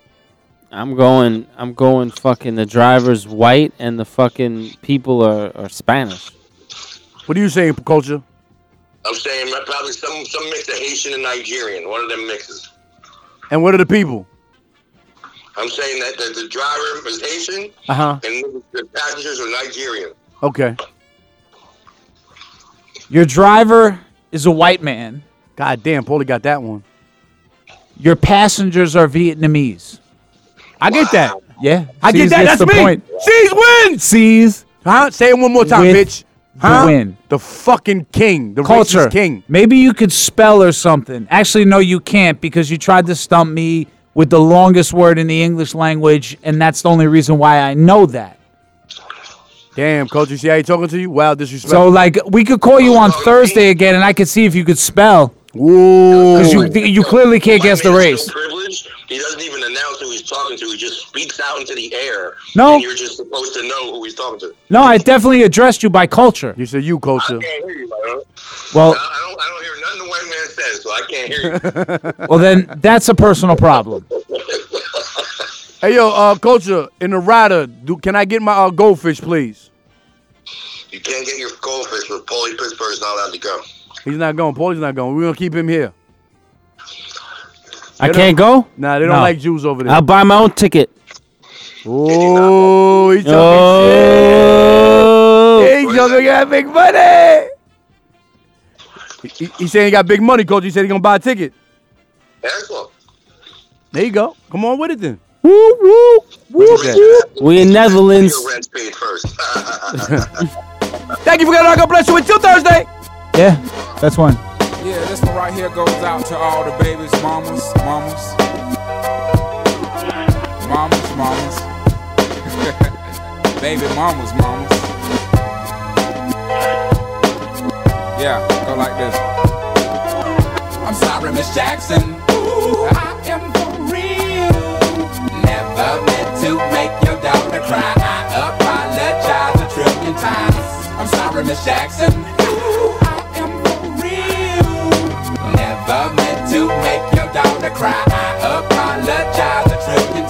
[SPEAKER 7] I'm going. I'm going. Fucking the driver's white and the fucking people are, are Spanish.
[SPEAKER 6] What are you saying, culture?
[SPEAKER 9] I'm saying probably some some mix of Haitian and Nigerian. One of them mixes.
[SPEAKER 6] And what are the people?
[SPEAKER 9] I'm saying that the, the driver was Haitian
[SPEAKER 6] Uh-huh.
[SPEAKER 9] and the passengers are Nigerian.
[SPEAKER 6] Okay.
[SPEAKER 5] Your driver is a white man.
[SPEAKER 6] God damn, Paulie got that one.
[SPEAKER 5] Your passengers are Vietnamese.
[SPEAKER 6] I get that.
[SPEAKER 5] Yeah,
[SPEAKER 6] I get
[SPEAKER 5] Sees
[SPEAKER 6] that.
[SPEAKER 5] gets
[SPEAKER 6] That's
[SPEAKER 5] the
[SPEAKER 6] me.
[SPEAKER 5] point.
[SPEAKER 6] Seas wins.
[SPEAKER 5] Seas.
[SPEAKER 6] Huh? Say it one more time,
[SPEAKER 5] With
[SPEAKER 6] bitch.
[SPEAKER 5] the
[SPEAKER 6] Huh?
[SPEAKER 5] win.
[SPEAKER 6] The fucking king. The
[SPEAKER 5] Culture
[SPEAKER 6] racist king.
[SPEAKER 5] Maybe you could spell or something. Actually, no, you can't because you tried to stump me with the longest word in the English language, and that's the only reason why I know that.
[SPEAKER 6] Damn, culture. See how he talking to you? Wow, disrespect.
[SPEAKER 5] So, like, we could call you on Thursday again, and I could see if you could spell.
[SPEAKER 6] Ooh.
[SPEAKER 5] Because you, you clearly can't guess the race.
[SPEAKER 9] Privileged. He doesn't even announce who he's talking to. He just speaks out into the air.
[SPEAKER 5] No.
[SPEAKER 9] And you're just supposed to know who he's talking to.
[SPEAKER 5] No, I definitely addressed you by culture.
[SPEAKER 6] You said you culture.
[SPEAKER 9] I can't hear you, man.
[SPEAKER 5] Well,
[SPEAKER 9] I don't, I don't hear nothing the white man says, so I can't hear you.
[SPEAKER 5] well, then that's a personal problem.
[SPEAKER 6] Hey yo, uh, culture in the rider. Do, can I get my uh, goldfish, please?
[SPEAKER 9] You can't get your goldfish with Paulie Pittsburgh's not allowed to go.
[SPEAKER 6] He's not going. Paulie's not going. We're gonna keep him here.
[SPEAKER 7] I
[SPEAKER 6] They
[SPEAKER 7] can't
[SPEAKER 6] don't-
[SPEAKER 7] go.
[SPEAKER 6] Nah, they don't like Jews over there.
[SPEAKER 7] I'll buy my own ticket.
[SPEAKER 6] Oh, he's talking shit. He's talking got big money. He, he, he saying he got big money, coach. He said he gonna buy a ticket.
[SPEAKER 9] Excellent.
[SPEAKER 6] There you go. Come on with it then.
[SPEAKER 7] Woo woo
[SPEAKER 6] woo
[SPEAKER 7] We in Netherlands.
[SPEAKER 6] Thank you for coming on. God bless you. Until Thursday.
[SPEAKER 5] Yeah, that's one.
[SPEAKER 20] Yeah, this one right here goes out to all the babies, mamas, mamas, mamas, mamas, baby mamas, mamas. Yeah, go like this. I'm sorry, Miss Jackson. Ooh, I am for real. Never meant to make your daughter cry. I apologize a trillion times. I'm sorry, Miss Jackson. Ooh, I am for real. Never meant to make your daughter cry. I apologize a trillion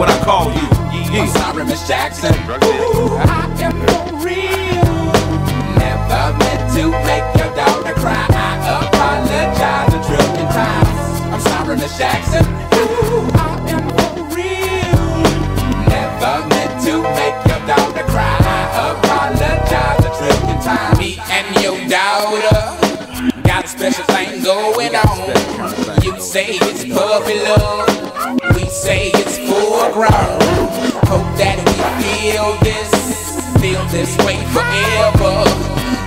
[SPEAKER 21] when I call you. Yeah, yeah.
[SPEAKER 20] sorry, Miss Jackson. Ooh, I am for real. Never meant to make your daughter cry. I apologize a trillion times. I'm sorry, Miss Jackson. Ooh, I am for real. Never meant to make your daughter cry. I apologize a trillion times. Me and your daughter got a special thing going on. You say it's puppy love. We say it's full grown. Hope that we feel this, feel this way forever.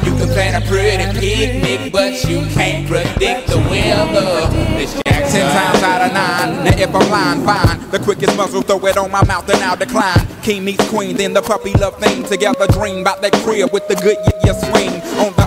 [SPEAKER 20] You can plan a pretty picnic, but you can't predict the weather. This Jackson
[SPEAKER 21] Ten
[SPEAKER 20] time.
[SPEAKER 21] times out of nine. Now if I'm lying, fine. The quickest muzzle, throw it on my mouth and I'll decline. King meets queen, then the puppy love thing. Together dream about that crib with the good yeah, yeah swing. On the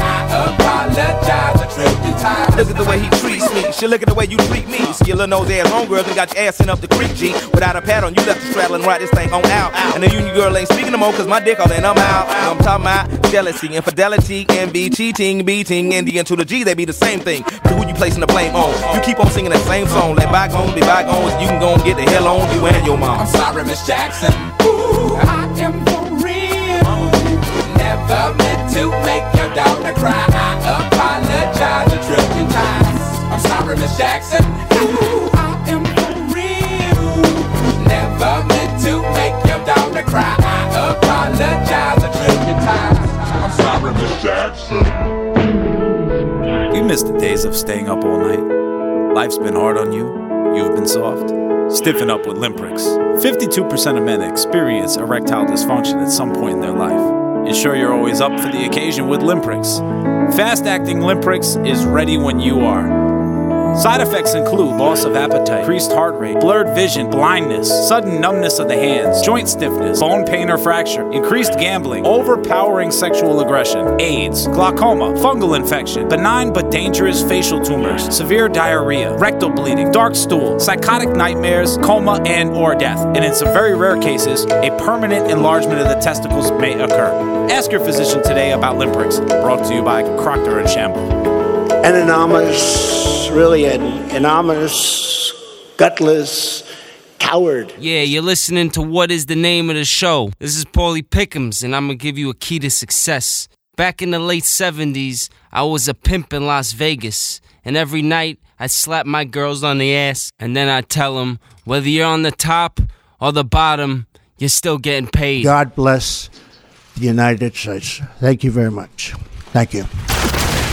[SPEAKER 20] I apologize a trillion times.
[SPEAKER 1] Look at the way he treats me. Shit, look at the way you treat me. See your little nose ass homegirl and got your ass sent up the creek, G. Without a pad on, you left the straddle and ride this thing on out. And the union girl ain't speaking no more, cause my dick all in, I'm out. I'm talking about jealousy, infidelity, envy, cheating, beating, and the N to the G, they be the same thing. But who you placing the blame on? You keep on singing that same song. Let bygones be bygones, you can go and get the hell on you and your mom. I'm
[SPEAKER 20] sorry, Miss Jackson.
[SPEAKER 1] Ooh,
[SPEAKER 20] I am for real. Never meant to make your daughter cry. I apologize a trillion times. I'm sorry, Miss Jackson. Ooh, I am for real. Never meant to make your daughter cry. I apologize a trillion times. I'm sorry, Miss Jackson.
[SPEAKER 5] We miss the days of staying up all night. Life's been hard on you. You've been soft. Stiffen up with Limprix. 52% of men experience erectile dysfunction at some point in their life. Ensure you're always up for the occasion with Limprix. Fast acting Limprix is ready when you are. Side effects include loss of appetite, increased heart rate, blurred vision, blindness, sudden numbness of the hands, joint stiffness, bone pain or fracture, increased gambling, overpowering sexual aggression, AIDS, glaucoma, fungal infection, benign but dangerous facial tumors, severe diarrhea, rectal bleeding, dark stool, psychotic nightmares, coma and or death. And in some very rare cases, a permanent enlargement of the testicles may occur. Ask your physician today about Limprix, brought to you by Procter and Gamble.
[SPEAKER 19] An anonymous, really an anonymous, gutless coward.
[SPEAKER 7] Yeah, you're listening to What is the Name of the Show? This is Paulie Pickums, and I'm gonna give you a key to success. Back in the late 70s, I was a pimp in Las Vegas, and every night I'd slap my girls on the ass, and then I'd tell them whether you're on the top or the bottom, you're still getting paid.
[SPEAKER 19] God bless the United States. Thank you very much. Thank you.